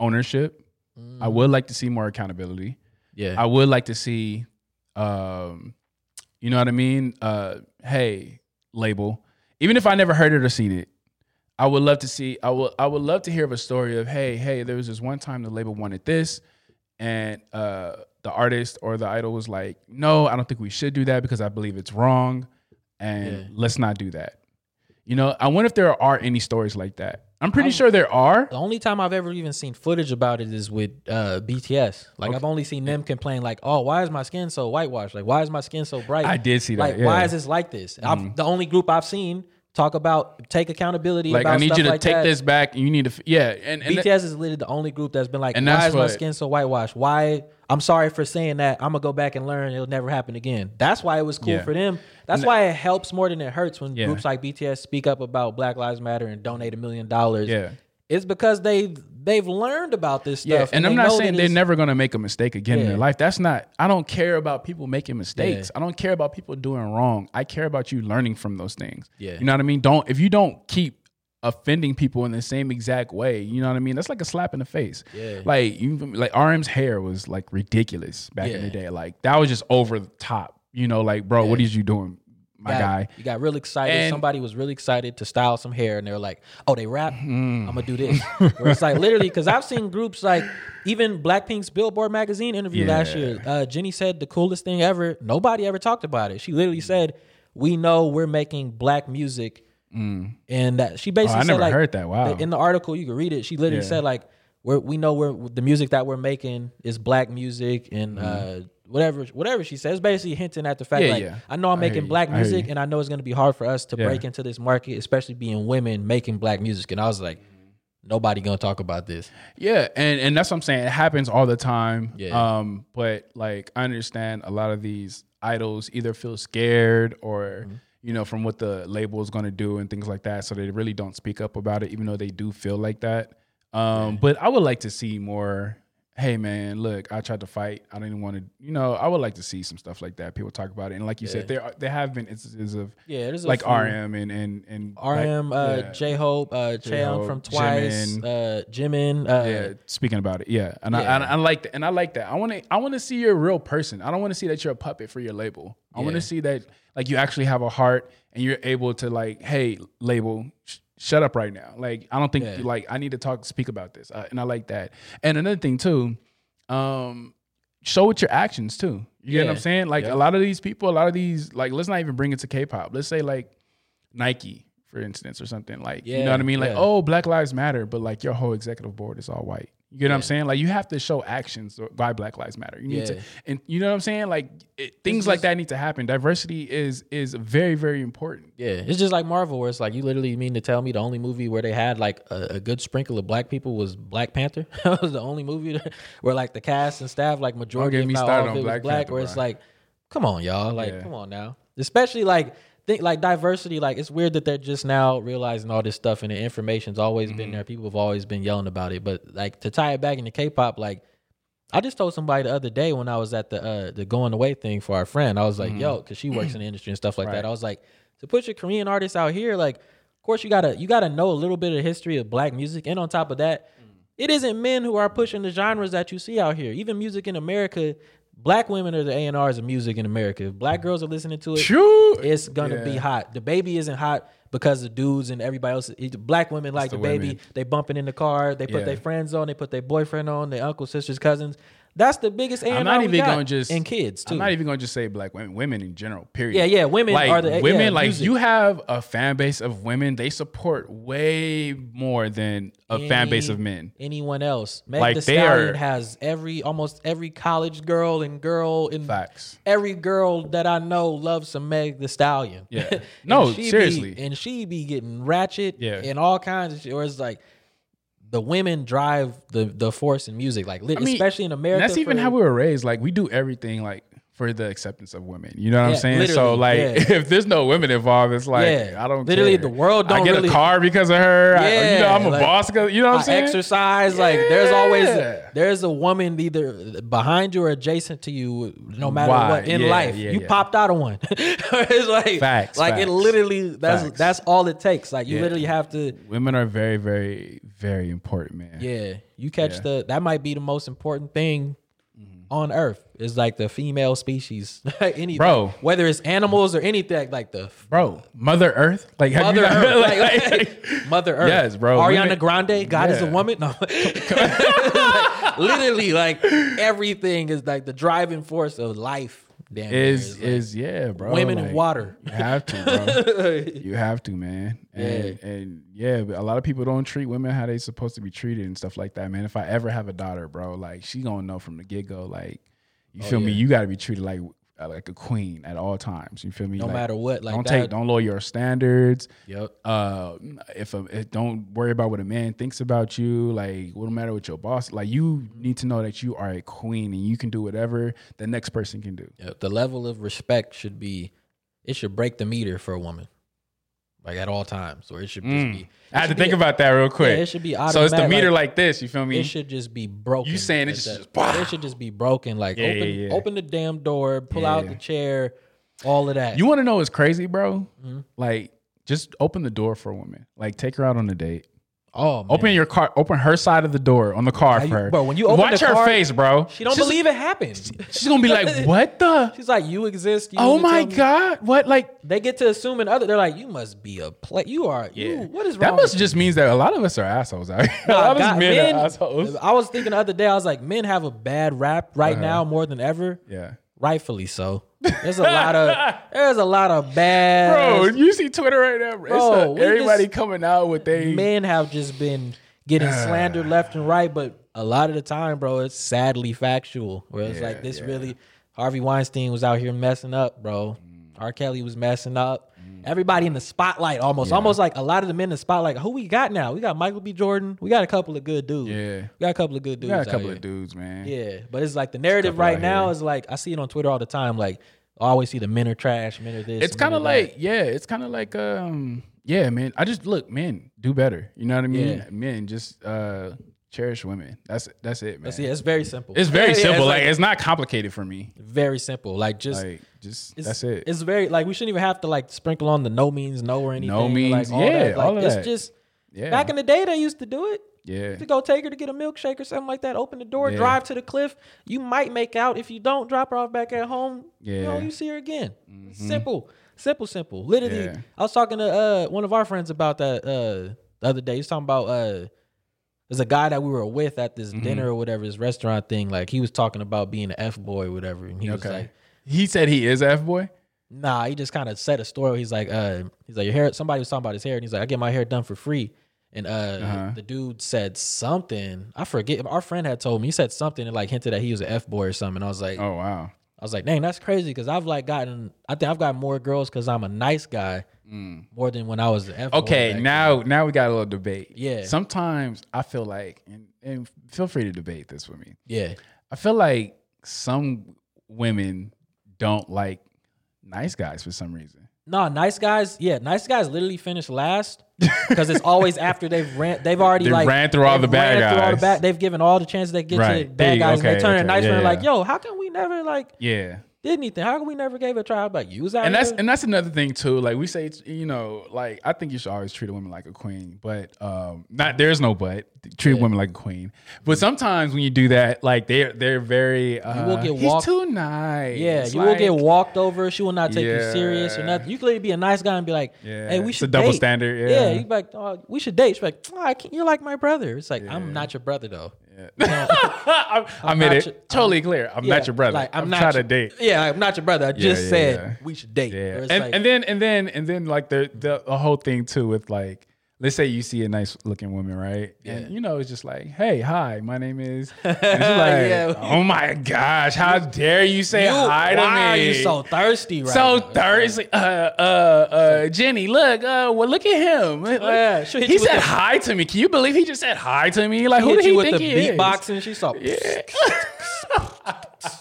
B: ownership. I would like to see more accountability.
A: yeah,
B: I would like to see, um, you know what I mean? Uh, hey, label. Even if I never heard it or seen it, I would love to see. I would. I would love to hear of a story of hey, hey. There was this one time the label wanted this, and uh, the artist or the idol was like, no, I don't think we should do that because I believe it's wrong, and
A: Yeah.
B: let's not do that. You know, I wonder if there are any stories like that. I'm pretty sure there are.
A: The only time I've ever even seen footage about it is with uh, BTS. Like I've only seen them complain, like, "Oh, why is my skin so whitewashed? Like, why is my skin so bright?
B: I did see that,
A: Like, why
B: yeah. Mm-hmm.
A: is this like this?" I've, the only group I've seen Talk about take accountability.
B: Like
A: about
B: I need
A: stuff
B: you to
A: like
B: take
A: that.
B: this back. You need to f- yeah. And, and
A: BTS
B: that-
A: is literally the only group that's been like,
B: And
A: why
B: that's
A: is my
B: what-
A: skin so whitewashed? Why? I'm sorry for saying that. I'm gonna go back and learn. It'll never happen again. That's why it was cool
B: Yeah.
A: for them. That's why it helps more than it hurts when
B: Yeah.
A: groups like BTS speak up about Black Lives Matter and donate a million dollars.
B: Yeah.
A: it's because they've they've learned about this stuff.
B: yeah. And, I'm
A: they
B: not
A: know
B: saying
A: that
B: they're
A: it's-
B: never gonna make a mistake again in
A: Yeah.
B: their life. That's not. I don't care about people making mistakes. I don't care about people doing wrong. I care about you learning from those things.
A: Yeah.
B: You know what I mean? Don't if you don't keep offending people in the same exact way. You know what I mean? That's like a slap in the face.
A: Yeah.
B: Like you like RM's hair was like ridiculous back in the
A: Yeah.
B: day. Like that was just over the top. You know, like bro, what is you doing, my
A: got-
B: guy?
A: You got real excited.
B: And-
A: Somebody was really excited to style some hair, and they were like, "Oh, they rap. I'm
B: Mm.
A: gonna do this." Where it's like literally because I've seen groups like even Blackpink's Billboard magazine interview last
B: Yeah.
A: year. Uh, Jenny said the coolest thing ever. Nobody ever talked about it. She
B: Mm.
A: literally said, "We know we're making black music," and that she
B: Oh,
A: basically
B: I
A: said
B: never
A: like
B: heard that. Wow.
A: in the article you can read it. She literally
B: Yeah.
A: said like we're, we know we're the music that we're making is black music and uh, whatever whatever she says basically hinting at the fact
B: Mm-hmm. Yeah,
A: like
B: yeah.
A: I know I'm
B: I hear
A: making
B: you.
A: black
B: I hear
A: music
B: you.
A: and I know it's gonna be hard for us to
B: Yeah.
A: break into this market, especially being women making black music. And I was like, nobody gonna talk about this.
B: Yeah, and and that's what I'm saying. It happens all the time.
A: Yeah.
B: Um, but like I understand a lot of these idols either feel scared or
A: Mm-hmm.
B: you know from what the label is going to do and things like that, so they really don't speak up about it, even though they do feel like that. Um, but I would like to see more. Hey man, look, I tried to fight. I didn't want to. You know, I would like to see some stuff like that. People talk about it, and like you said, there are, there have been instances of
A: Yeah, there's a
B: like
A: few-
B: RM and and and like,
A: RM, uh,
B: yeah.
A: J Hope, uh, Cheon
B: J-Hope,
A: from Twice,
B: Jimin.
A: uh, Jimin, uh,
B: yeah, speaking about it, yeah, and I,
A: Yeah.
B: and I like that, and I like that. I want to, I want to see you're a real person. I don't want to see that you're a puppet for your label. I want
A: Yeah.
B: to see that like you actually have a heart and you're able to like, hey, label, sh- shut up right now. Like, I don't think
A: Yeah.
B: like I need to talk, speak about this, uh, and I like that. And another thing too, um, show with your actions too. You get what I'm
A: Yeah.
B: saying? Like a lot of these people, a lot of these like, let's not even bring it to K-pop. Let's say like Nike. For instance, or something like you know
A: Yeah,
B: what I mean, like
A: yeah.
B: oh oh, Black Lives Matter, but like your whole executive board is all white. You get what I'm saying? Like you have to show actions or why Black Lives Matter. You need to,
A: Yeah.
B: and you know what I'm saying? Like it, things like that need to happen. Diversity is is very very important.
A: Yeah, it's just like Marvel, where it's like you literally mean to tell me the only movie where they had like a, a good sprinkle of black people was Black Panther. that was the only movie that- where like the cast and staff, like majority
B: get
A: if
B: me
A: not all
B: started
A: of
B: on
A: it was
B: Black
A: black.
B: Panther,
A: where it's
B: bro.
A: like, come on, y'all, like
B: Yeah.
A: come on now. Especially like think like diversity. Like it's weird that they're just now realizing all this stuff and the information's always
B: Mm-hmm.
A: been there. People have always been yelling about it, but like to tie it back into K-pop, like I just told somebody the other day when I was at the uh, the going away thing for our friend. I was like, yo, because she works in the industry and stuff like that. I was like, to put your Korean artists out here, like, of course you gotta you gotta know a little bit of the history of black music, and on top of that, it isn't men who are pushing the genres that you see out here. Even music in America, black women are the A and R's of music in America. If black girls are listening to it.
B: True.
A: It's gonna be
B: Yeah.
A: hot. The baby isn't hot because the dudes and everybody else. it- Black women like the,
B: the
A: baby.
B: women.
A: They bumping in the car. They put
B: Yeah.
A: their friends on. They put their boyfriend on. Their uncles, sisters, cousins. That's the biggest. A&R
B: I'm not
A: we
B: even
A: got.
B: gonna just
A: and kids too.
B: I'm not even gonna just say black women, women in general. Period.
A: Yeah, yeah, women
B: like,
A: are the- yeah,
B: women. like
A: music.
B: you have a fan base of women. They support way more than a fan base of men.
A: Anyone else? Meg
B: Like,
A: the
B: they
A: Stallion
B: are-
A: has every almost every college girl and girl in
B: Facts.
A: every girl that I know loves some Meg the Stallion.
B: Yeah.
A: And
B: No,
A: she
B: seriously.
A: Be, and she be getting ratchet
B: Yeah.
A: and all kinds of shit. Or it's like the women drive the the force in music, like lit
B: I mean,
A: especially in
B: and
A: America.
B: That's even
A: for-
B: how we were raised. Like we do everything like for the acceptance of women. You know what
A: Yeah,
B: I'm saying? So
A: literally,
B: like
A: yeah.
B: if there's no women involved, it's like
A: Yeah.
B: I don't
A: Literally,
B: care.
A: the world
B: I
A: don't
B: get
A: really-
B: a car because of her. I, you know
A: Yeah,
B: I'm a
A: like,
B: boss because you know what I'm
A: I
B: saying?
A: exercise. Like there's always
B: Yeah.
A: there's a woman either behind you or adjacent to you, no matter
B: Why?
A: what in
B: Yeah,
A: life.
B: yeah,
A: you
B: yeah.
A: popped out of one. it's like
B: Facts,
A: like it
B: facts.
A: literally that's
B: Facts.
A: that's all it takes. Like you
B: Yeah.
A: literally have to.
B: Women are very, very, very important, man.
A: Yeah, you catch
B: Yeah. Mm-hmm.
A: the that might be the most important thing on Earth is like the female species. Any
B: Bro.
A: whether it's animals or anything like the f-
B: Bro, Mother Earth, like have
A: Mother
B: you not-
A: Earth, like, Mother Earth.
B: Yes, bro.
A: Ariana
B: Women-
A: Grande, God is a
B: Yeah.
A: woman. No, Like, literally, like everything is like the driving force of life. Damn, near.
B: is
A: It's like
B: is yeah, bro.
A: women and
B: like,
A: water.
B: You have to, bro. you have to, man. And and yeah, but a lot of people don't treat women how they supposed to be treated and stuff like that, man. If I
A: Oh,
B: ever have a daughter, bro, like she gonna know from the get go, like you feel me, you gotta be treated like uh, like a queen at all times. You feel me?
A: No
B: Like,
A: matter what, like
B: don't
A: that.
B: take, don't lower your standards.
A: Yep.
B: Uh, if a, if- don't worry about what a man thinks about you. Like, what no matter what your boss, like you need to know that you are a queen and you can do whatever the next person can do.
A: Yep. The level of respect should be, it should break the meter for a woman, like at all times, or it should
B: Mm.
A: just be.
B: I had to
A: should be
B: think
A: a-
B: about that real quick.
A: Yeah, it should be
B: so it's the
A: automatic,
B: meter like, this. You feel me?
A: it should just be broken.
B: You saying it
A: at
B: should
A: that-
B: just bah.
A: It should just be broken. Like
B: Yeah,
A: open,
B: yeah, yeah.
A: open the damn door, pull out
B: Yeah.
A: the chair, all of that.
B: You want to know what's crazy, bro?
A: Mhm.
B: Like, just open the door for a woman. Like, take her out on a date.
A: oh, man.
B: Open your car. Open her side of the door on the
A: How
B: car for
A: you-
B: her.
A: bro, when you open
B: watch
A: the
B: her
A: car,
B: face, bro.
A: She don't
B: she's,
A: believe it happened.
B: She's gonna be like, "What the?
A: She's like, you exist. You
B: Oh
A: need to
B: my
A: tell me."
B: god! What? Like
A: They get to assuming other. They're like, you must be a play. You are. You, what is wrong?
B: that? Must
A: with
B: just means that a lot of us are assholes out here.
A: you?
B: a lot of us
A: God,
B: men,
A: men-
B: are assholes.
A: I
B: Uh-huh.
A: was thinking the other day. I was like, men have a bad rap right now more than ever.
B: Yeah,
A: Rightfully so. There's a lot of. there's a lot of bad.
B: bro. You see Twitter right now, bro. It's,
A: Bro,
B: uh,
A: we
B: everybody
A: just-
B: coming out with they.
A: men have just been getting
B: Ah.
A: slandered left and right, but a lot of the time, bro, it's sadly factual. Where it's like this really Harvey Weinstein was out here messing up, bro.
B: Mm.
A: R. Kelly was messing up. Everybody in the spotlight almost. Almost like a lot of the men in the spotlight. Who we got now? We got Michael B. Jordan. We got a couple of good dudes.
B: Yeah.
A: We got a couple of good dudes.
B: You got a
A: out
B: couple
A: here.
B: of dudes, man.
A: Yeah. But it's like the narrative
B: couple
A: right
B: out
A: now
B: here.
A: is like I see it on Twitter all the time. Like oh, I always see the men are trash, men are this.
B: it's
A: men
B: kind of
A: are that.
B: like yeah it's kind of like um yeah man i just look men do better you know what i mean
A: Yeah.
B: men just uh cherish women that's that's it man
A: That's it. It's very simple.
B: it's very
A: Yeah,
B: simple
A: it's
B: like, it's not complicated for me
A: very simple. Like just
B: like just
A: It's,
B: that's it
A: It's very like we shouldn't even have to like sprinkle on the no means no or anything.
B: means,
A: like, all
B: yeah,
A: that. Like,
B: all of
A: it's
B: that.
A: just
B: yeah
A: back in the day they used to do it.
B: yeah
A: To go take her to get a milkshake or something like that. Open the door,
B: Yeah.
A: drive to the cliff. You might make out if you don't drop her off back at home. You know,
B: Yeah. Mm-hmm.
A: you see her again. Simple, simple, simple. Literally,
B: Yeah.
A: I was talking to uh one of our friends about that uh the other day. He was talking about uh. There's a guy that we were with at this
B: Mm-hmm.
A: dinner or whatever, this restaurant thing. Like he was talking about being an F boy or whatever. And he was
B: okay
A: like,
B: he said he is f boy
A: Nah, he just kind of said a story. He's like, uh, he's like, your hair. Somebody was talking about his hair, and he's like, I get my hair done for free. And uh,
B: Uh-huh.
A: the dude said something. I forget. Our friend had told me he said something and like hinted that he was an f boy or something. And I was like,
B: oh wow
A: I was like, dang, that's crazy because I've like gotten. I think I've got more girls because I'm a nice guy
B: Mm.
A: more than when I was an f.
B: okay now now we got a little debate
A: Yeah.
B: sometimes i feel like and, and feel free to debate this with me
A: yeah,
B: I feel like some women don't like nice guys for some reason.
A: nah, nice guys. Yeah, nice guys literally finish last because it's always after they've ran. They've already
B: They
A: like
B: ran through all
A: they've
B: the bad
A: ran through all the
B: guys.
A: bad- they've given all the chances they get to
B: Right.
A: the
B: There
A: bad
B: you-
A: guys. and
B: okay,
A: they turn to
B: okay,
A: nice
B: yeah,
A: men like,
B: yeah.
A: yo, how come we never like
B: Yeah.
A: did anything? How come we never gave it a try? I'm like, you was out
B: And that's
A: here?
B: and that's another thing too. Like we say, it's, you know, like I think you should always treat a woman like a queen, but um, not there's no but. Treat women like a queen, but sometimes when you do that, like they're they're very. Uh,
A: will get
B: He's
A: walked-
B: too nice.
A: yeah, you will
B: Like,
A: get walked over. She will not take you
B: Yeah.
A: serious or nothing. You could literally be a nice guy and be like,
B: Yeah,
A: hey, we
B: it's
A: should
B: a double
A: date.
B: standard,
A: Yeah,
B: yeah.
A: you be like, oh, we should date. She's like, "Oh, I can't, you're like my brother. It's like, I'm not your brother though.
B: I, I made
A: not
B: it
A: your-
B: totally clear. I'm
A: Yeah,
B: not your brother.
A: Like, I'm,
B: I'm,
A: not
B: trying
A: your-
B: to date.
A: Yeah, I'm not your brother. I just
B: yeah,
A: said
B: yeah.
A: we should date.
B: Yeah,
A: Or it's
B: and,
A: like-
B: and then and then and then like the, the the whole thing too with like let's say you see a nice looking woman right and you know it's just like hey hi my name is and she's like
A: Yeah.
B: oh my gosh how dare you say
A: You-
B: hi to
A: why
B: me
A: are you so thirsty right
B: so
A: now?
B: thirsty uh uh uh Jenny look uh well look at him
A: Oh, yeah, she'll hit
B: he
A: you with
B: said
A: the-
B: hi to me can you believe he just said hi to me like who
A: hit
B: did
A: you
B: he
A: with
B: think
A: the
B: he is?
A: beatbox and she's all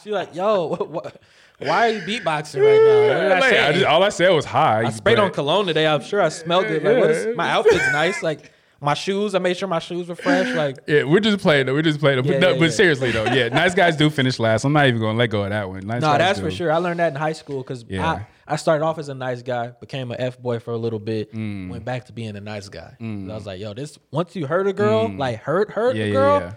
A: she's like yo what, what, why are you beatboxing right now What did I
B: Like,
A: say?
B: I just, all I said was hi
A: I sprayed on
B: but-
A: cologne today I'm sure I smelled good like what is, my outfit's nice like my shoes I made sure my shoes were fresh like
B: Yeah, we're just playing though. We're just playing though.
A: Yeah,
B: but, no,
A: yeah,
B: but
A: yeah.
B: seriously though, yeah, nice guys do finish last. I'm not even gonna let go of that one. Nice
A: no
B: guys
A: that's
B: do.
A: for sure I learned that in high school because
B: Yeah.
A: I, I started off as a nice guy became an F boy for a little bit
B: Mm.
A: went back to being a nice guy I was like yo this once you hurt a girl like hurt hurt
B: Mm. Yeah,
A: the
B: yeah,
A: girl
B: yeah. Mm-hmm.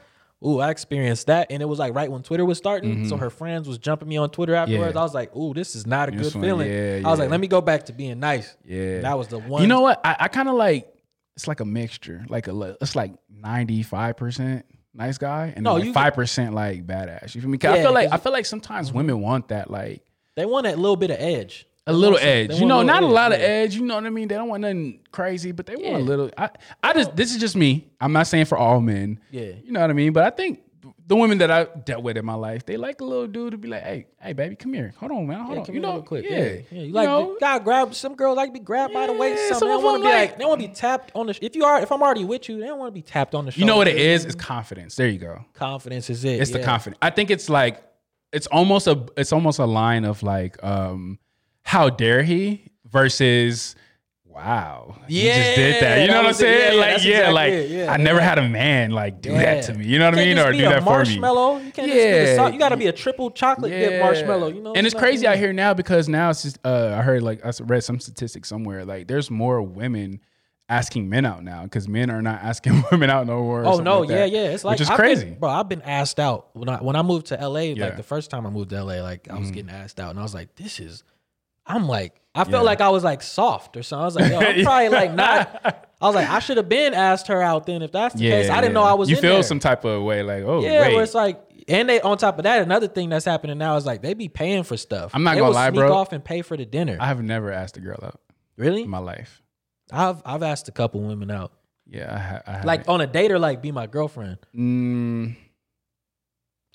A: Ooh, I experienced that, and it was like right when Twitter was starting. So her friends was jumping me on Twitter afterwards.
B: Yeah.
A: I was like, "Ooh, this is not a
B: This
A: good
B: one,
A: feeling."
B: yeah,
A: I was like,
B: yeah.
A: "Let me go back to being nice."
B: Yeah,
A: that was the one.
B: You know what? I, I kind of like it's like a mixture. Like a li- it's like 95 percent nice guy and
A: No,
B: no,
A: you-
B: like five percent like badass. You feel me? 'Cause
A: Yeah,
B: I feel like
A: 'cause
B: I feel like sometimes women want that like
A: they want that little bit of edge.
B: a little
A: want some-
B: edge.
A: they
B: You
A: want
B: know,
A: a little
B: not a
A: edge,
B: lot of
A: yeah.
B: edge. You know what I mean? They don't want nothing crazy, but they want a
A: Yeah.
B: little. I, I just this is just me. I'm not saying for all men.
A: Yeah.
B: you know what I mean. But I think the women that I dealt with in my life, they like a little dude to be like, hey, hey, baby, come here. Hold on, man. Hold
A: Yeah,
B: on.
A: come
B: You
A: here
B: know,
A: real quick.
B: Yeah.
A: yeah. You like
B: know?
A: God grab some girls like to be grabbed by the waist.
B: Yeah,
A: Something they
B: some
A: don't want
B: of
A: to be
B: them
A: like
B: like-
A: they want to be tapped on the. sh- If you are, if I'm already with you, they don't want to be tapped on the. Shoulder.
B: You know what it is? It's confidence. There you go.
A: Confidence is it.
B: It's
A: yeah.
B: the confidence. I think it's like it's almost a it's almost a line of like um how dare he versus wow. He just did that.
A: Yeah,
B: You know
A: that
B: what I'm
A: was it. Yeah,
B: saying?
A: yeah,
B: like
A: that's
B: yeah,
A: exactly
B: like
A: it. Yeah,
B: I never had a man like do
A: Yeah.
B: that to me. You know what I
A: You
B: mean?
A: can't
B: Or
A: just be
B: do
A: a
B: that for me.
A: marshmallow. You can't just be the
B: Yeah.
A: soft- You got to be a triple chocolate dip marshmallow. You know,
B: and it's
A: not-
B: crazy out here now because now it's just uh, I heard like I read some statistics somewhere like there's more women asking men out now because men are not asking women out no more. or
A: Oh
B: something
A: no,
B: like
A: yeah,
B: that,
A: yeah. It's like
B: which is
A: I've been-
B: crazy.
A: bro. I've been asked out when I when I moved to LA.
B: Yeah. Mm-hmm.
A: Like the first time I moved to LA, like I was getting asked out, and I was like, this is. I'm like, I felt
B: Yeah.
A: like I was like soft or something. I was like, yo, I'm probably like not. I was like, I should have been asked her out then if that's the
B: yeah,
A: case. I didn't
B: yeah.
A: know I was.
B: You
A: in
B: feel
A: there.
B: some type of way like oh
A: Yeah,
B: wait.
A: where it's like, and they on top of that, another thing that's happening now is like they be paying for stuff.
B: I'm not
A: They
B: gonna
A: will
B: lie,
A: sneak
B: bro.
A: Off and pay for the dinner.
B: I have never asked a girl out
A: really?
B: in my life.
A: I've I've asked a couple women out,
B: Yeah, I, ha- I
A: like on a date or like be my girlfriend.
B: haven't.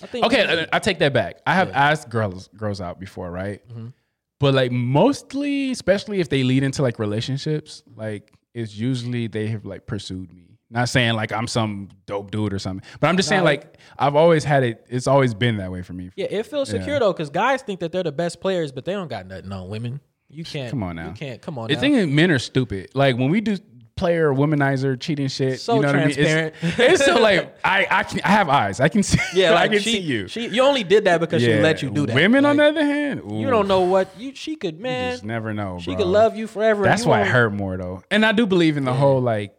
A: I think
B: Mm, okay, I, I take that back. I have
A: Yeah.
B: asked girls girls out before, right?
A: Mhm.
B: But like mostly, especially if they lead into like relationships, like it's usually they have like pursued me. Not saying like I'm some dope dude or something, but I'm just saying
A: Nah, it-
B: like I've always had it. It's always been that way for me.
A: Yeah, it feels secure
B: Yeah.
A: though, because guys think that they're the best players, but they don't got nothing on women. You can't
B: Come on now.
A: You can't come on.
B: The
A: now.
B: thing is, men are stupid. Like when we do player womanizer cheating shit,
A: So
B: you know what I mean? It's,
A: transparent.
B: it's so like I I can I have eyes. I can see.
A: yeah, like
B: I can
A: she,
B: see you.
A: She, you only did that because she let you do that.
B: Women, on the
A: Like,
B: other hand, ooh,
A: you don't know what you. She could
B: You
A: man.
B: just never know.
A: She
B: bro.
A: could love you forever. and
B: That's
A: you
B: why it
A: won't-
B: hurt more though. And I do believe in the whole like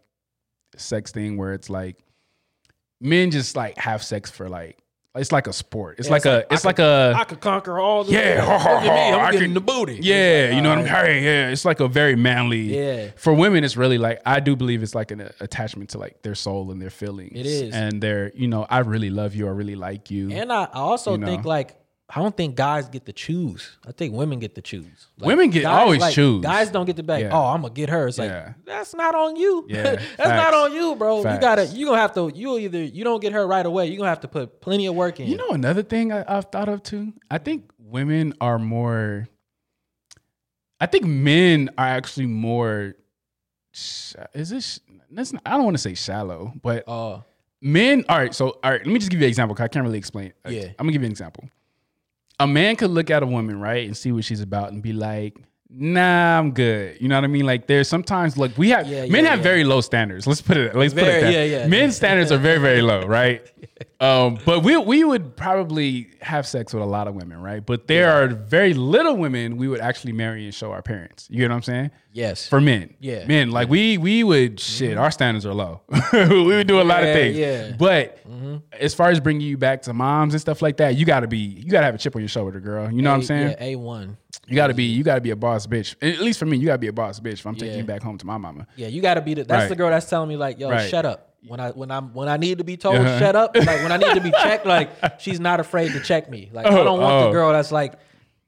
B: sex thing where it's like men just like have sex for like it's like a sport. It's
A: Yeah,
B: like
A: it's
B: a
A: like, I
B: it's like a
A: I could conquer all. The
B: Yeah, ha, ha,
A: look at me.
B: ha,
A: I'm
B: I
A: getting
B: can-
A: the booty.
B: yeah, you know what I'm hey, yeah, it's like a very manly.
A: Yeah.
B: For women it's really like I do believe it's like an uh, attachment to like their soul and their feelings.
A: It is.
B: And their, you know, I really love you, I really like you.
A: And I, I also
B: You
A: think
B: know.
A: like I don't think guys get to choose. I think women get to choose. Like,
B: Women get-
A: guys,
B: always
A: like,
B: choose.
A: Guys don't get to be like,
B: Yeah.
A: oh, I'm gonna get her. It's like
B: Yeah.
A: that's not on you.
B: Yeah.
A: that's not
B: Facts.
A: on you, bro. You
B: Facts.
A: gotta you gonna have to you either you don't get her right away, you're gonna have to put plenty of work in.
B: You know another thing I, I've thought of too. I think women are more. I think men are actually more. sh- Is this? That's not, I don't want to say shallow, but
A: Oh,
B: men. All right, so all right. Let me just give you an example. 'cause I can't really explain. it.
A: Yeah.
B: I'm gonna give you an example. A man could look at a woman right and see what she's about and be like. Nah, I'm good. You know what I mean? Like there's sometimes like we have
A: Yeah,
B: men
A: yeah,
B: have
A: yeah.
B: very low standards. Let's put it let's put
A: Very-
B: it that.
A: yeah, yeah.
B: Men's standards are very very low, right? Um, but we we would probably have sex with a lot of women, right? But there are very little women we would actually marry and show our parents. You know what I'm saying?
A: yes.
B: For men,
A: Yeah. Mm-hmm.
B: men like we we would shit. Our standards are low. we would do a lot
A: Yeah,
B: of things,
A: yeah. Mm-hmm.
B: But as far as bringing you back to moms and stuff like that, you gotta be you gotta have a chip on your shoulder, girl. You know what I'm saying?
A: Yeah, A one.
B: You gotta be you gotta be a boss bitch. At least for me, you gotta be a boss bitch. If I'm
A: Yeah.
B: taking you back home to my mama,
A: Yeah, you gotta be the that's
B: Right.
A: the girl that's telling me like, yo,
B: Right.
A: shut up. When I when I'm when I need to be told
B: Uh-huh.
A: shut up, like when I need to be checked, like she's not afraid to check me. Like I
B: Oh,
A: don't want the
B: oh.
A: girl that's like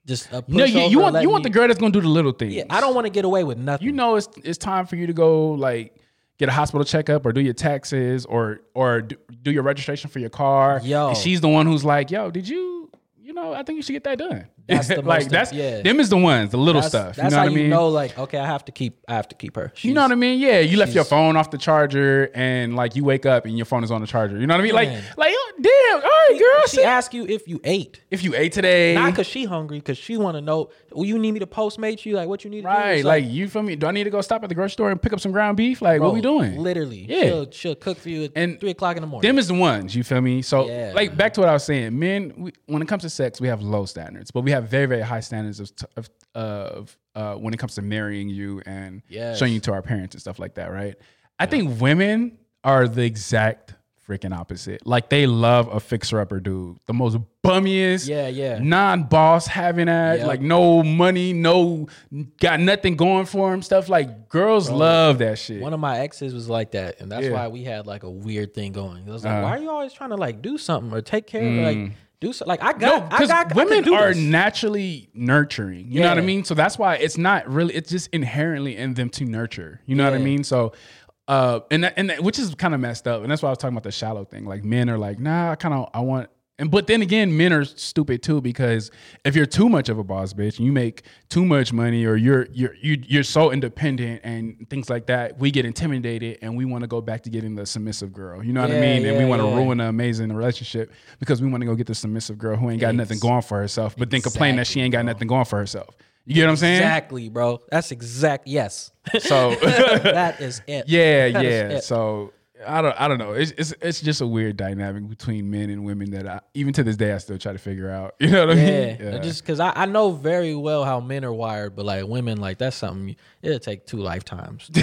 A: just a
B: no, you,
A: pushover,
B: you want
A: let
B: you want
A: me-
B: the girl that's gonna do the little things.
A: Yeah, I don't want to get away with nothing.
B: you know it's it's time for you to go like get a hospital checkup or do your taxes or or do, do your registration for your car.
A: Yo.
B: and she's the one who's like, yo, did you? You know, I think you should get that done.
A: That's the
B: like
A: most-
B: that's
A: yeah.
B: them is the ones, the little
A: that's,
B: stuff. You
A: that's
B: know
A: how
B: what I
A: you
B: mean?
A: know, like, okay, I have to keep, I have to keep her.
B: you know what I mean? Yeah, you left your
A: she's-
B: phone off the charger, and like you wake up and your phone is on the charger. You know what I mean? Like,
A: Man.
B: like, oh, damn, all right, girl.
A: She
B: shit.
A: asked you if you ate,
B: if you ate today,
A: not because she hungry, because she want to know. Well, you need me to postmate you, like what you need. to do?
B: right?
A: It's
B: Like, you feel me? Do I need to go stop at the grocery store and pick up some ground beef? Like, what we
A: bro,
B: doing?
A: Literally,
B: Yeah.
A: She'll, she'll cook for you at
B: And
A: three o'clock in the morning.
B: Them is the ones, you feel me? So,
A: Yeah.
B: like, back to what I was saying, men, we, when it comes to sex, we have low standards, but we have very, very high standards of, of, of uh, when it comes to marrying you and
A: Yes.
B: showing you to our parents and stuff like that, right? I think women are the exact freaking opposite. Like, they love a fixer upper dude, the most bummiest,
A: Yeah, yeah.
B: non boss having ass,
A: Yep.
B: like, no money, no, got nothing going for him, stuff like girls love that shit.
A: One of my exes was like that, and that's
B: Yeah. Uh-huh.
A: why we had like a weird thing going. I was like, why are you always trying to like do something or take care of like do something? Like I
B: Mm. No,
A: got, I
B: because
A: got I could
B: women
A: do
B: are
A: this.
B: naturally nurturing. You know what I
A: Yeah.
B: mean? So that's why it's not really, it's just inherently in them to nurture. You know what I
A: Yeah.
B: mean? So Uh, and that, and that, which is kind of messed up, and that's why I was talking about the shallow thing. Like men are like, nah, I kind of I want, and but then again, men are stupid too because if you're too much of a boss bitch, and you make too much money, or you're you're you, you're so independent and things like that, we get intimidated and we want to go back to getting the submissive girl. You know what I
A: Yeah,
B: mean? and we
A: yeah,
B: want to
A: yeah.
B: ruin an amazing relationship because we want to go get the submissive girl who ain't got nothing
A: Ex-
B: going for herself, but then complain that she ain't got nothing going for herself. You get what I'm saying?
A: Exactly, bro. That's exact. Yes.
B: So.
A: that is it.
B: Yeah,
A: That is
B: yeah.
A: it.
B: So I don't, I don't know. It's, it's it's just a weird dynamic between men and women that I even to this day I still try to figure out. You know what I
A: Yeah,
B: mean?
A: just because I, I know very well how men are wired, but like women, like that's something you- it'll take two lifetimes to,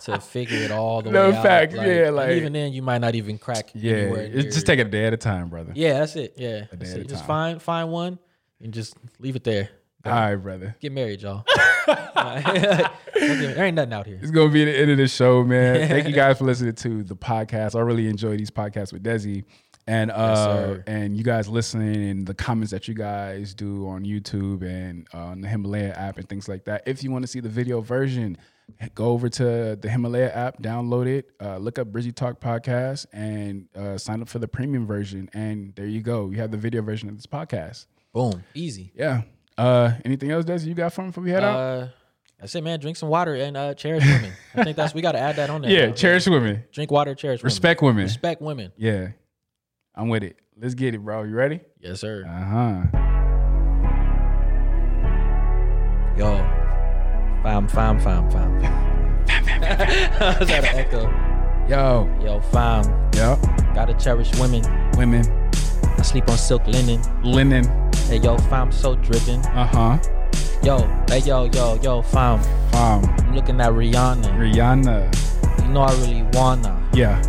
A: to figure it all the
B: No
A: way
B: fact,
A: out.
B: yeah,
A: and
B: like-
A: even then you might not even crack.
B: yeah.
A: anywhere
B: It's just
A: near-
B: take a day at a time, brother.
A: Yeah, that's it. Yeah,
B: day
A: that's
B: at a
A: it. just
B: time.
A: find find one and just leave it there.
B: All right, brother.
A: Get married, y'all. Don't get- there ain't nothing out here.
B: It's gonna be the end of the show, man. Thank you guys for listening to the podcast. I really enjoy these podcasts with Desi. And uh
A: sir.
B: and you guys listening and the comments that you guys do on YouTube and uh, on the Himalaya app and things like that. If you want to see the video version, go over to the Himalaya app, download it, uh, look up Brizzy Talk podcast, and uh, sign up for the premium version. And there you go, you have the video version of this podcast.
A: Boom, easy.
B: Yeah. Uh, anything else, Desi? You got from before we head out?
A: Uh, that's it, man. Drink some water and uh, cherish women. I think that's we got to add that on there.
B: Yeah,
A: bro.
B: cherish women,
A: Drink water, cherish women.
B: respect women.
A: Respect women.
B: Yeah. I'm with it. Let's get it, bro. You ready?
A: Yes, sir.
B: Uh-huh.
A: Yo, fam, fam, fam, fam. I was at an echo.
B: Yo.
A: Yo, fam,
B: Yo.
A: gotta cherish women.
B: Women.
A: I sleep on silk linen.
B: Linen.
A: Hey, yo, fam, so driven.
B: Uh-huh.
A: Yo, hey, yo, yo, yo, fam.
B: Um,
A: I'm looking at Rihanna.
B: Rihanna.
A: You know I really wanna.
B: Yeah.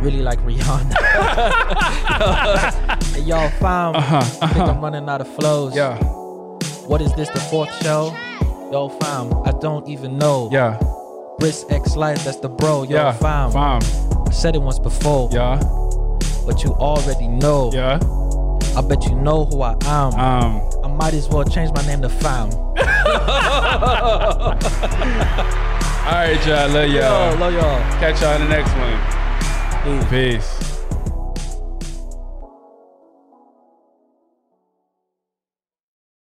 A: Really like Rihanna. hey, yo, fam. I think I'm running out of flows.
B: Uh-huh, Yeah.
A: What is this, the fourth show? Yo, fam, I don't even know.
B: Yeah.
A: Brisk X Life, that's the bro. Yo,
B: Yeah.
A: fam.
B: Fam.
A: I said it once before,
B: Yeah.
A: but you already know.
B: Yeah.
A: I bet you know who I am.
B: Um.
A: I might as well change my name to Fam.
B: All right, y'all. Love
A: Yo,
B: y'all.
A: love y'all.
B: Catch y'all in the next one.
A: Peace.
B: Peace.